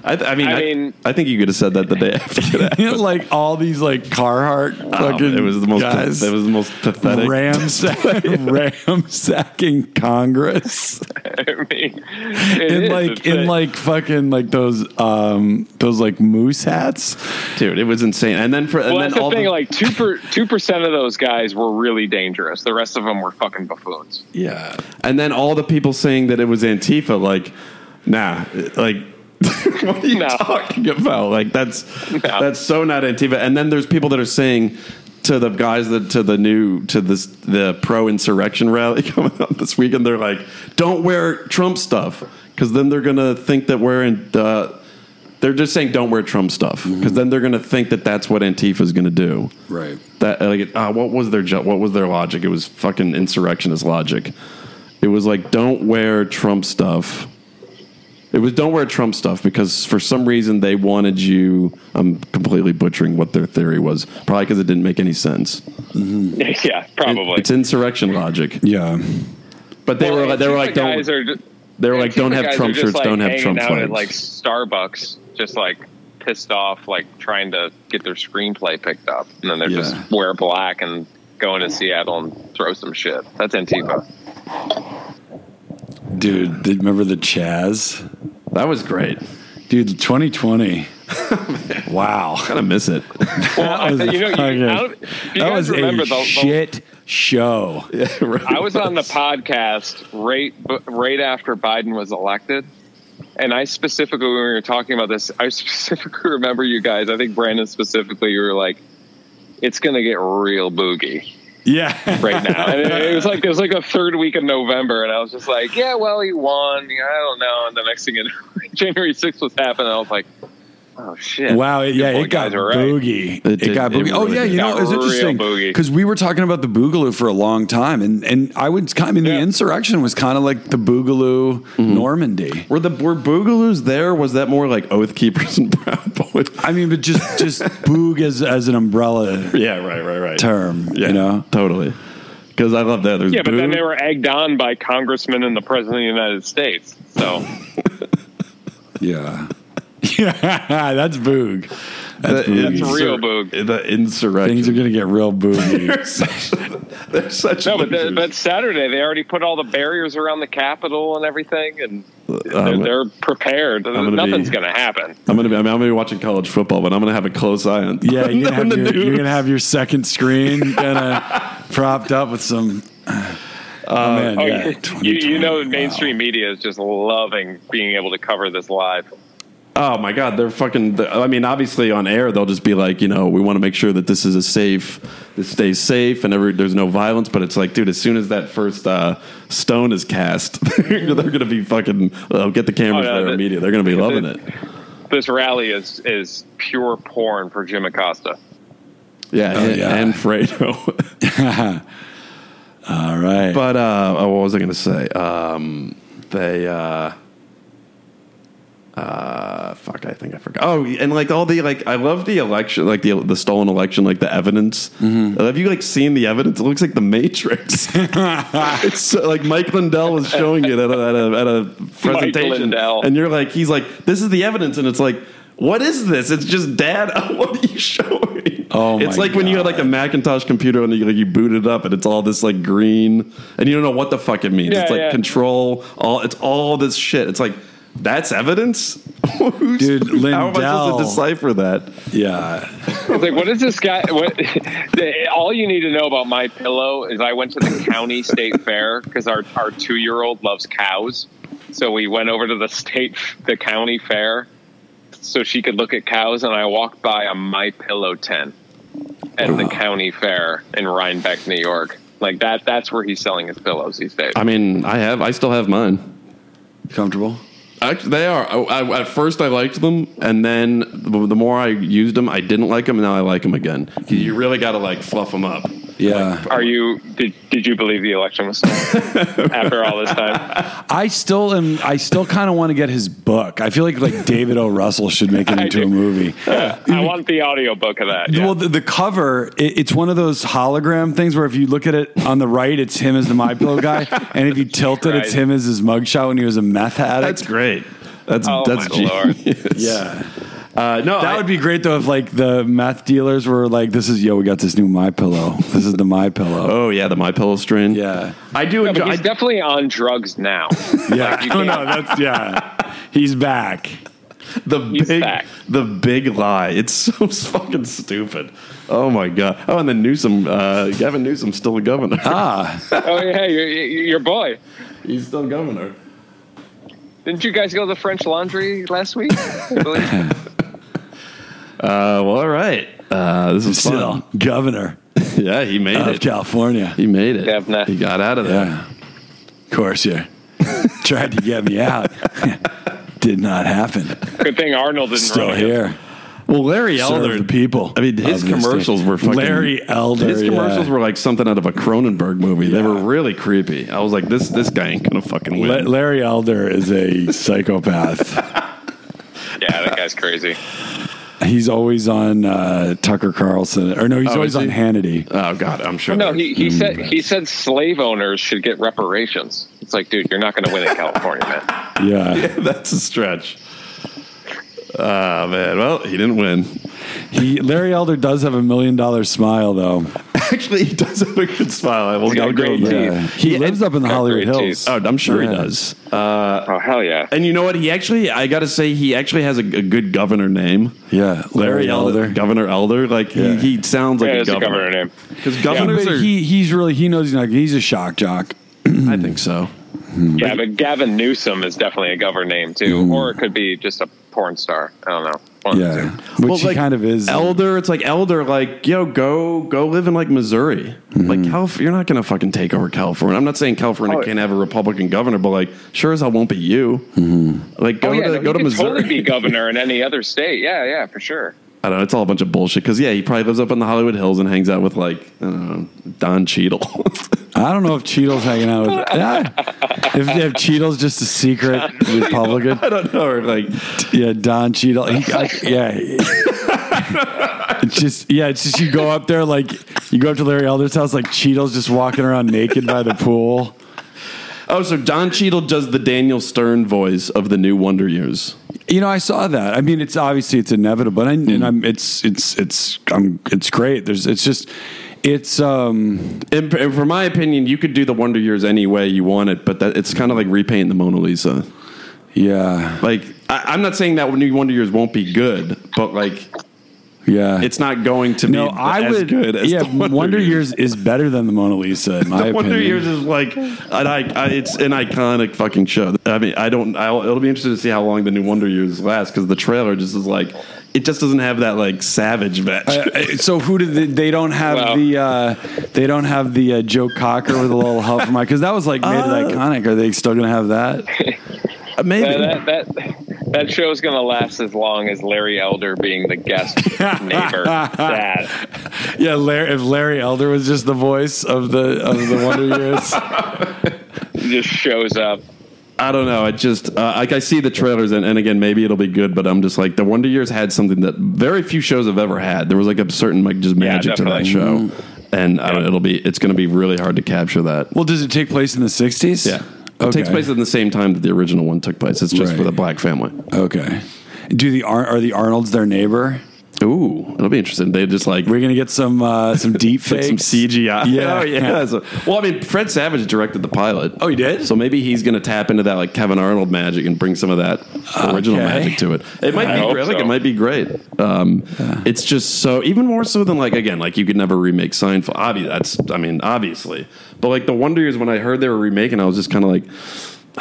B: I, th- I mean,
C: I
B: I,
C: mean-
B: I think you could have said that the day after that.
A: like all these like Carhartt fucking
B: it was the most.
A: guys
B: It was the most pathetic.
A: ramsack, ransacking Congress.
C: I mean,
A: in like in like fucking like those um those like moose hats.
B: dude. It was insane. And then for and
C: Well,
B: then
C: that's the
B: all
C: thing.
B: the,
C: like two per two percent of those guys were really dangerous. The rest of them were fucking buffoons.
A: Yeah.
B: and then all the people saying that it was Antifa. Like, nah, like. what are you
C: No.
B: talking about? Like that's that's so not Antifa. And then there's people that are saying to the guys that to the new to this the pro insurrection rally coming up this weekend. They're like, don't wear Trump stuff because then they're gonna think that we're in. Uh, they're just saying don't wear Trump stuff because then they're gonna think that that's what Antifa is gonna do.
A: Right.
B: That like uh, what was their ju- what was their logic? It was fucking insurrectionist logic. It was like don't wear Trump stuff. It was don't wear Trump stuff because for some reason they wanted you. I'm completely butchering what their theory was. Probably because it didn't make any sense.
C: yeah, probably.
B: It's insurrection logic.
A: Yeah.
B: But they
C: Well,
B: were they
C: Antifa
B: were like don't
C: guys are ju-
B: they were like
C: Antifa
B: don't have
C: guys are
B: Trump
C: just,
B: shirts,
C: like,
B: don't have
C: hanging
B: Trump
C: out
B: flags.
C: At, like Starbucks, just like pissed off, like trying to get their screenplay picked up, and then they're
A: Yeah.
C: just wear black and go into Seattle and throw some shit. That's Antifa.
A: Dude, did, remember the Chaz?
B: that was great.
A: Dude, 2020. wow.
B: Kind of miss it.
C: Well, I,
A: That was
C: you know, you, I
A: fucking-
C: don't- if you
A: that
C: guys
A: was
C: remember
A: a
C: the, the
A: shit show.
C: I was on the podcast right b- right after Biden was elected, and I specifically when we were talking about this, I specifically remember you guys. I think Brandon specifically, you were like, "It's going to get real boogie
A: Yeah.
C: right now." and it, it was like it was like a third week of November, and I was just like, "Yeah, well, he won. Yeah, I don't know." And the next thing, you know, January sixth was happening. And I was like, "Oh shit!"
A: Wow, it- yeah,
C: boy,
A: it got
C: guys are right.
A: boogie.
B: It
A: It,
B: did-
A: got
B: it
A: boogie. oh
B: really
A: yeah,
B: did.
A: you know,
C: Got
A: it's
C: real
A: interesting
C: boogie.
A: because we were talking about the Boogaloo for a long time, and and I would I mean
C: Yeah.
A: the insurrection was kind of like the Boogaloo
B: Mm-hmm.
A: Normandy.
B: Were the were Boogaloos there? Was that more like Oath Keepers and Proud Boys?
A: I mean, but just just boog as as an umbrella
B: Yeah, right, right, right.
A: term,
B: Yeah,
A: you know.
B: totally. Because I love that. There's
C: Yeah, but then
B: boo-
C: they were egged on by congressmen and the president of the United States. So.
A: Yeah, yeah, that's boog. That's
B: the
A: boogie.
C: That's real boog.
B: The
A: Things are
B: insurrection.
A: gonna get real boogie.
B: They're such. They're such
C: No, but
B: losers.
C: the, but Saturday they already put all the barriers around the Capitol and everything, and they're,
B: Um,
C: they're prepared.
B: gonna
C: Nothing's
B: be-
C: going to happen.
B: I'm gonna be. I mean, I'm gonna be watching college football, but I'm gonna have a close eye on.
A: yeah, you're gonna,
B: on
A: have
B: the
A: your,
B: news.
A: you're gonna have your second screen kind of propped up with some. oh man,
C: Uh, Oh,
A: yeah,
C: you- you,
A: 2020,
C: you know,
A: wow.
C: mainstream media is just loving being able to cover this live.
B: Oh my God, they're fucking. they're- I mean, obviously on air they'll just be like, you know, we want to make sure that this is a safe, this stays safe, and every, there's no violence. But it's like, dude, as soon as that first uh, stone is cast, they're gonna be fucking. Uh, get the cameras
C: Oh, yeah,
B: there
C: the-
B: immediately. They're gonna be loving it.
C: This rally is is pure porn for Jim Acosta.
B: Yeah,
A: Oh,
B: and,
A: yeah.
B: and Fredo.
A: All right.
B: But uh, oh, what was I going to say? Um, they uh, uh, fuck, I think I forgot. Oh, and like all the like, I love the election, like the the stolen election, like the evidence.
A: Mm-hmm.
B: Uh, Have you like seen the evidence? It looks like the Matrix. it's so, like Mike Lindell was showing it at a, at a, at a presentation,
C: Lindell.
B: and you're like, he's like, this is the evidence, and it's like. What is this? It's just data. What are you showing?
A: Oh,
B: it's
A: my
B: like when you had like a Macintosh computer and you like you boot it up and it's all this like green and you don't know what the fuck it means.
C: Yeah,
B: it's like
C: yeah.
B: control all. It's all this shit. It's like that's evidence, Who's-
A: Dude,
B: How am I supposed
A: Lindell.
B: to decipher that?
A: yeah.
C: It's like, what is this guy? What, the, all you need to know about my pillow is I went to the county state fair because our, our two year old loves cows. So we went over to the state, the county fair, so she could look at cows. And I walked by a my pillow tent at the county fair in Rhinebeck, New York. Like that, that's where he's selling his pillows these days.
B: I mean, I have. I still have mine.
A: Comfortable?
B: Actually, they are. I, I, at first, I liked them, and then the more I used them, I didn't like them, and now I like them again. You really got to like fluff them up.
A: Yeah.
C: Are you? Did, did you believe the election was stolen after all this time?
A: I still am. I still kind of want to get his book. I feel like like David O. Russell should make it
C: I
A: into a
C: do.
A: movie.
C: I want the audiobook of that. yeah.
A: Well, the, the cover, it, it's one of those hologram things where if you look at it on the right, it's him as the My Pillow guy, and if you tilt it, it's
C: Right.
A: him as his mugshot when he was a meth addict.
B: That's great. That's
C: Oh,
B: that's
C: my lord.
A: yeah,
B: Uh, no,
A: that would be great though if like the meth dealers were like, "This is yo, we got this new My Pillow. This is the My Pillow."
B: Oh yeah, the my pillow strain.
A: Yeah.
B: I do
C: Yeah,
B: enjoy.
C: but he's
B: I-
C: definitely on drugs now.
A: Yeah,
C: you
A: no,
C: can't-
A: no, that's yeah. He's back.
B: the
C: He's
B: big
C: back.
B: the big lie. It's so fucking stupid. Oh my god. Oh, and then Newsom, uh, Gavin Newsom, still the governor.
A: Ah,
C: oh yeah, your, your boy.
B: he's still governor. Uh,
C: Didn't you guys go to the French Laundry last week? I believe.
B: Uh, well, all right. Uh, this is
A: still
B: fun.
A: governor
B: Yeah, he made
A: of
B: it.
A: California.
B: He made it.
C: Governor.
B: He got out of there.
A: Yeah. Of course, yeah. Tried to get me out. Did not happen.
C: Good thing Arnold didn't
A: Still
C: run again.
A: here.
B: Well, Larry
A: Serve
B: Elder,
A: the people.
B: I mean, his
A: of this
B: commercials
A: state.
B: were fucking.
A: Larry Elder.
B: His commercials were like something out of a Cronenberg movie. They
A: Yeah.
B: were really creepy. I was like, this this guy ain't gonna fucking win.
A: La- Larry Elder is a psychopath.
C: Yeah, that guy's crazy.
A: he's always on uh, Tucker Carlson, or no, he's
B: Oh,
A: always
B: is
A: on
B: he?
A: Hannity.
B: oh God, I'm sure.
C: No,
B: they're-
C: he, he said he said slave owners should get reparations. It's like, dude, you're not going to win in California, man.
B: Oh.
A: Yeah.
B: That's a stretch. Ah man, well he didn't win.
A: he Larry Elder does have a million dollar smile though.
B: Actually, he does have a good smile. I will
C: got
B: I'll go
C: great
B: with that.
C: teeth.
A: Yeah. He lives up in the
C: got
A: Hollywood
C: great
A: Hills.
B: Oh, I'm sure
A: Yeah.
B: he does. Uh,
C: Oh hell yeah!
B: and you know what? He actually, I gotta say, he actually has a, a good governor name.
A: Yeah, Larry, Elder.
B: Governor Elder. Like
A: Yeah.
B: he, he sounds like
C: Yeah,
B: a
C: it's a governor
B: governor.
C: name.
B: Because
A: But
B: governors are,
A: he mm, he's really he knows he's not. He's a shock jock.
B: I think so.
C: Yeah, but Gavin Newsom is definitely a governor name too,
B: Mm.
C: or it could be just a porn star. I don't know. One of the
A: Yeah,
C: two.
A: which
B: Well,
A: he kind of is.
B: Elder, it's like elder, like yo, go go live in like Missouri.
A: Mm-hmm.
B: Like Calif- you're not gonna fucking take over California. I'm not saying California
C: Oh.
B: can't have a Republican governor, but like sure as hell won't be you.
A: Mm-hmm.
B: Like go
C: Oh yeah,
B: to
C: no,
B: go
C: he
B: to
C: could
B: Missouri.
C: totally be governor in any other state. Yeah, yeah, for sure.
B: I don't know. It's all a bunch of bullshit. Because yeah, he probably lives up in the Hollywood Hills and hangs out with like I don't know, Don Cheadle.
A: I don't know if Cheadle's hanging out with. Yeah. if, if Cheadle's just a secret Republican,
B: I don't know. Or like
A: yeah, Don Cheadle. He, I, yeah, it's just yeah, it's just you go up there like you go up to Larry Elder's house like Cheadle's just walking around naked by the pool.
B: oh, so Don Cheadle does the Daniel Stern voice of the new Wonder Years.
A: You know, I saw that. I mean, it's obviously it's inevitable, and, I, and I'm it's it's it's I'm it's great. There's it's just it's um
B: And, and for my opinion, you could do the Wonder Years any way you want it, but that, it's kind of like repaint the Mona Lisa.
A: yeah
B: Like I, I'm not saying that New Wonder Years won't be good, but like
A: yeah
B: it's not going to
A: no
B: be
A: I
B: as
A: would
B: good as
A: yeah
B: the Wonder, Years.
A: Years is better than the Mona Lisa in my
B: The
A: opinion.
B: Wonder Years is like an I, I, it's an iconic fucking show. I mean, I don't. I'll, it'll be interesting to see how long the new Wonder Years lasts because the trailer just is like it just doesn't have that like savage match.
A: Uh, so who did they, they don't have
C: Well-
A: the uh, they don't have the uh, Joe Cocker with a little help from my because that was like made
B: Uh.
A: it iconic. Are they still gonna have that? uh,
B: Maybe.
C: Yeah, that that that show's gonna last as long as Larry Elder being the guest neighbor. That
A: Yeah, Larry, if Larry Elder was just the voice of the of the Wonder Years,
C: just shows up.
B: I don't know. It just uh, like I see the trailers, and, and again, maybe it'll be good. But I'm just like the Wonder Years had something that very few shows have ever had. There was like a certain like just
C: Yeah,
B: magic to that show,
A: definitely.
B: and I don't, it'll be it's going to be really hard to capture that.
A: well, does it take place in the sixties?
B: Yeah, it takes place at the same time that the original one took place. It's just
A: Right.
B: with a black family.
A: okay. Do the Ar- are the Arnold's their neighbor?
B: Ooh, it'll be interesting. They just like
A: We're gonna get some uh, some deep fakes.
B: some CGI.
A: Yeah.
B: Oh, yeah. So- well, I mean, Fred Savage directed the pilot.
A: Oh, he did?
B: So maybe he's going to tap into that like Kevin Arnold magic and bring some of that original
A: Okay.
B: magic to it. It might
C: I
B: be
C: hope
B: great. Like,
C: so.
B: it might be great. Um, It's just so even more so than like again, like you could never remake Seinfeld. Obvi- that's I mean, obviously. But like the Wonder Years, when I heard they were remaking, I was just kind of like,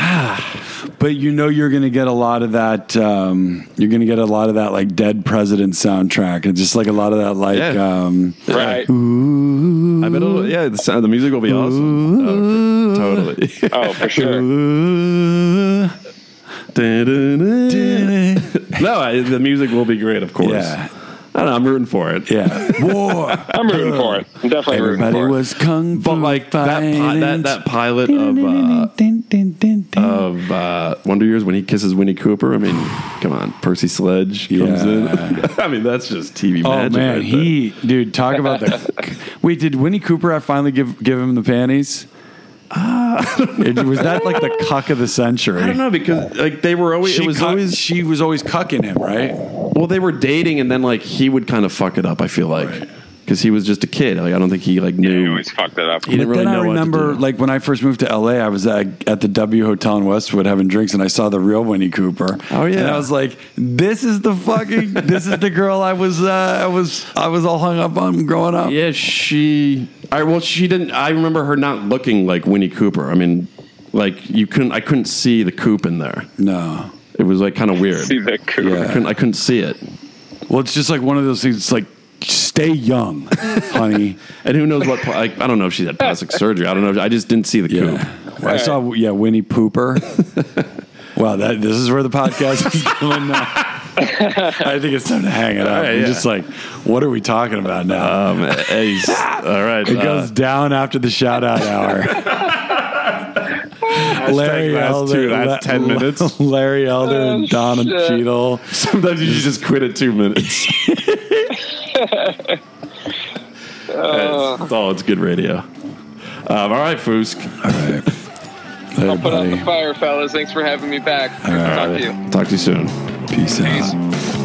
A: But you know you're gonna get a lot of that. Um, you're gonna get a lot of that like dead president soundtrack, and just like a lot of that like.
B: Yeah.
A: Um,
C: Right.
B: I bet it'll, yeah, the, sound, the music will be awesome. Oh, for- totally.
C: Oh, for sure.
B: no, I, the music will be great, of course.
A: Yeah.
B: I don't know, I'm rooting for it.
A: yeah, war.
C: I'm rooting for it. I'm definitely rooting
A: Everybody
C: for it.
A: was kung fu
B: But like that, pi-
A: fighting.
B: that that pilot of uh, of uh, Wonder Years when he kisses Winnie Cooper. I mean, come on, Percy Sledge comes
A: Yeah.
B: in. I mean, that's just TV
A: Oh
B: magic.
A: man,
B: right
A: he dude, talk about the. Wait, did Winnie Cooper I finally give give him the panties? It- was that like the cuck of the century?
B: there. I don't know because like they were always
A: She
B: it was
A: cuck-
B: always
A: she was always cucking him, right?
B: well they were dating and then like he would kind of fuck it up. I feel like because he was just a kid. Like I don't think he like
C: Yeah, you
B: knew.
C: always fucked it up.
B: He didn't
A: but
B: really
A: then I
B: know what to
A: remember,
B: do.
A: like when I first moved to LA, I was at, at the W Hotel in Westwood having drinks, and I saw the real Winnie Cooper.
B: Oh, yeah.
A: and I was like, "This is the fucking, this is the girl I was, uh, I was, I was all hung up on growing up."
B: Yeah, she. I well, she didn't. I remember her not looking like Winnie Cooper. I mean, like you couldn't. I couldn't see the coop in there.
A: No,
B: It was like kind of weird.
C: See the coup.
B: I couldn't. I couldn't see it.
A: well, it's just like one of those things. It's like, stay young, honey.
B: And who knows what? pla- Like, I don't know if she's had plastic surgery. I don't know. I just didn't see the coop.
A: Yeah. Well, I saw yeah Winnie Pooper. wow, that this is where the podcast is going now. I think it's time to hang it up.
B: right,
A: We're
B: yeah.
A: Just like, what are we talking about now?
B: Um, Ace. all right.
A: it
B: uh,
A: goes down after the shout out hour. Larry
B: last two, last 10 minutes.
A: Larry Elder and
C: Oh,
A: Donna
C: shit.
A: Cheadle.
B: sometimes you just quit at two minutes. That's- that's all. It's good radio. Um, all right, Foosk.
A: Later,
C: I'll put out the
A: buddy.
C: fire, fellas. Thanks for having me back. Talk to you.
B: Talk to you soon.
A: Peace out.
C: Peace.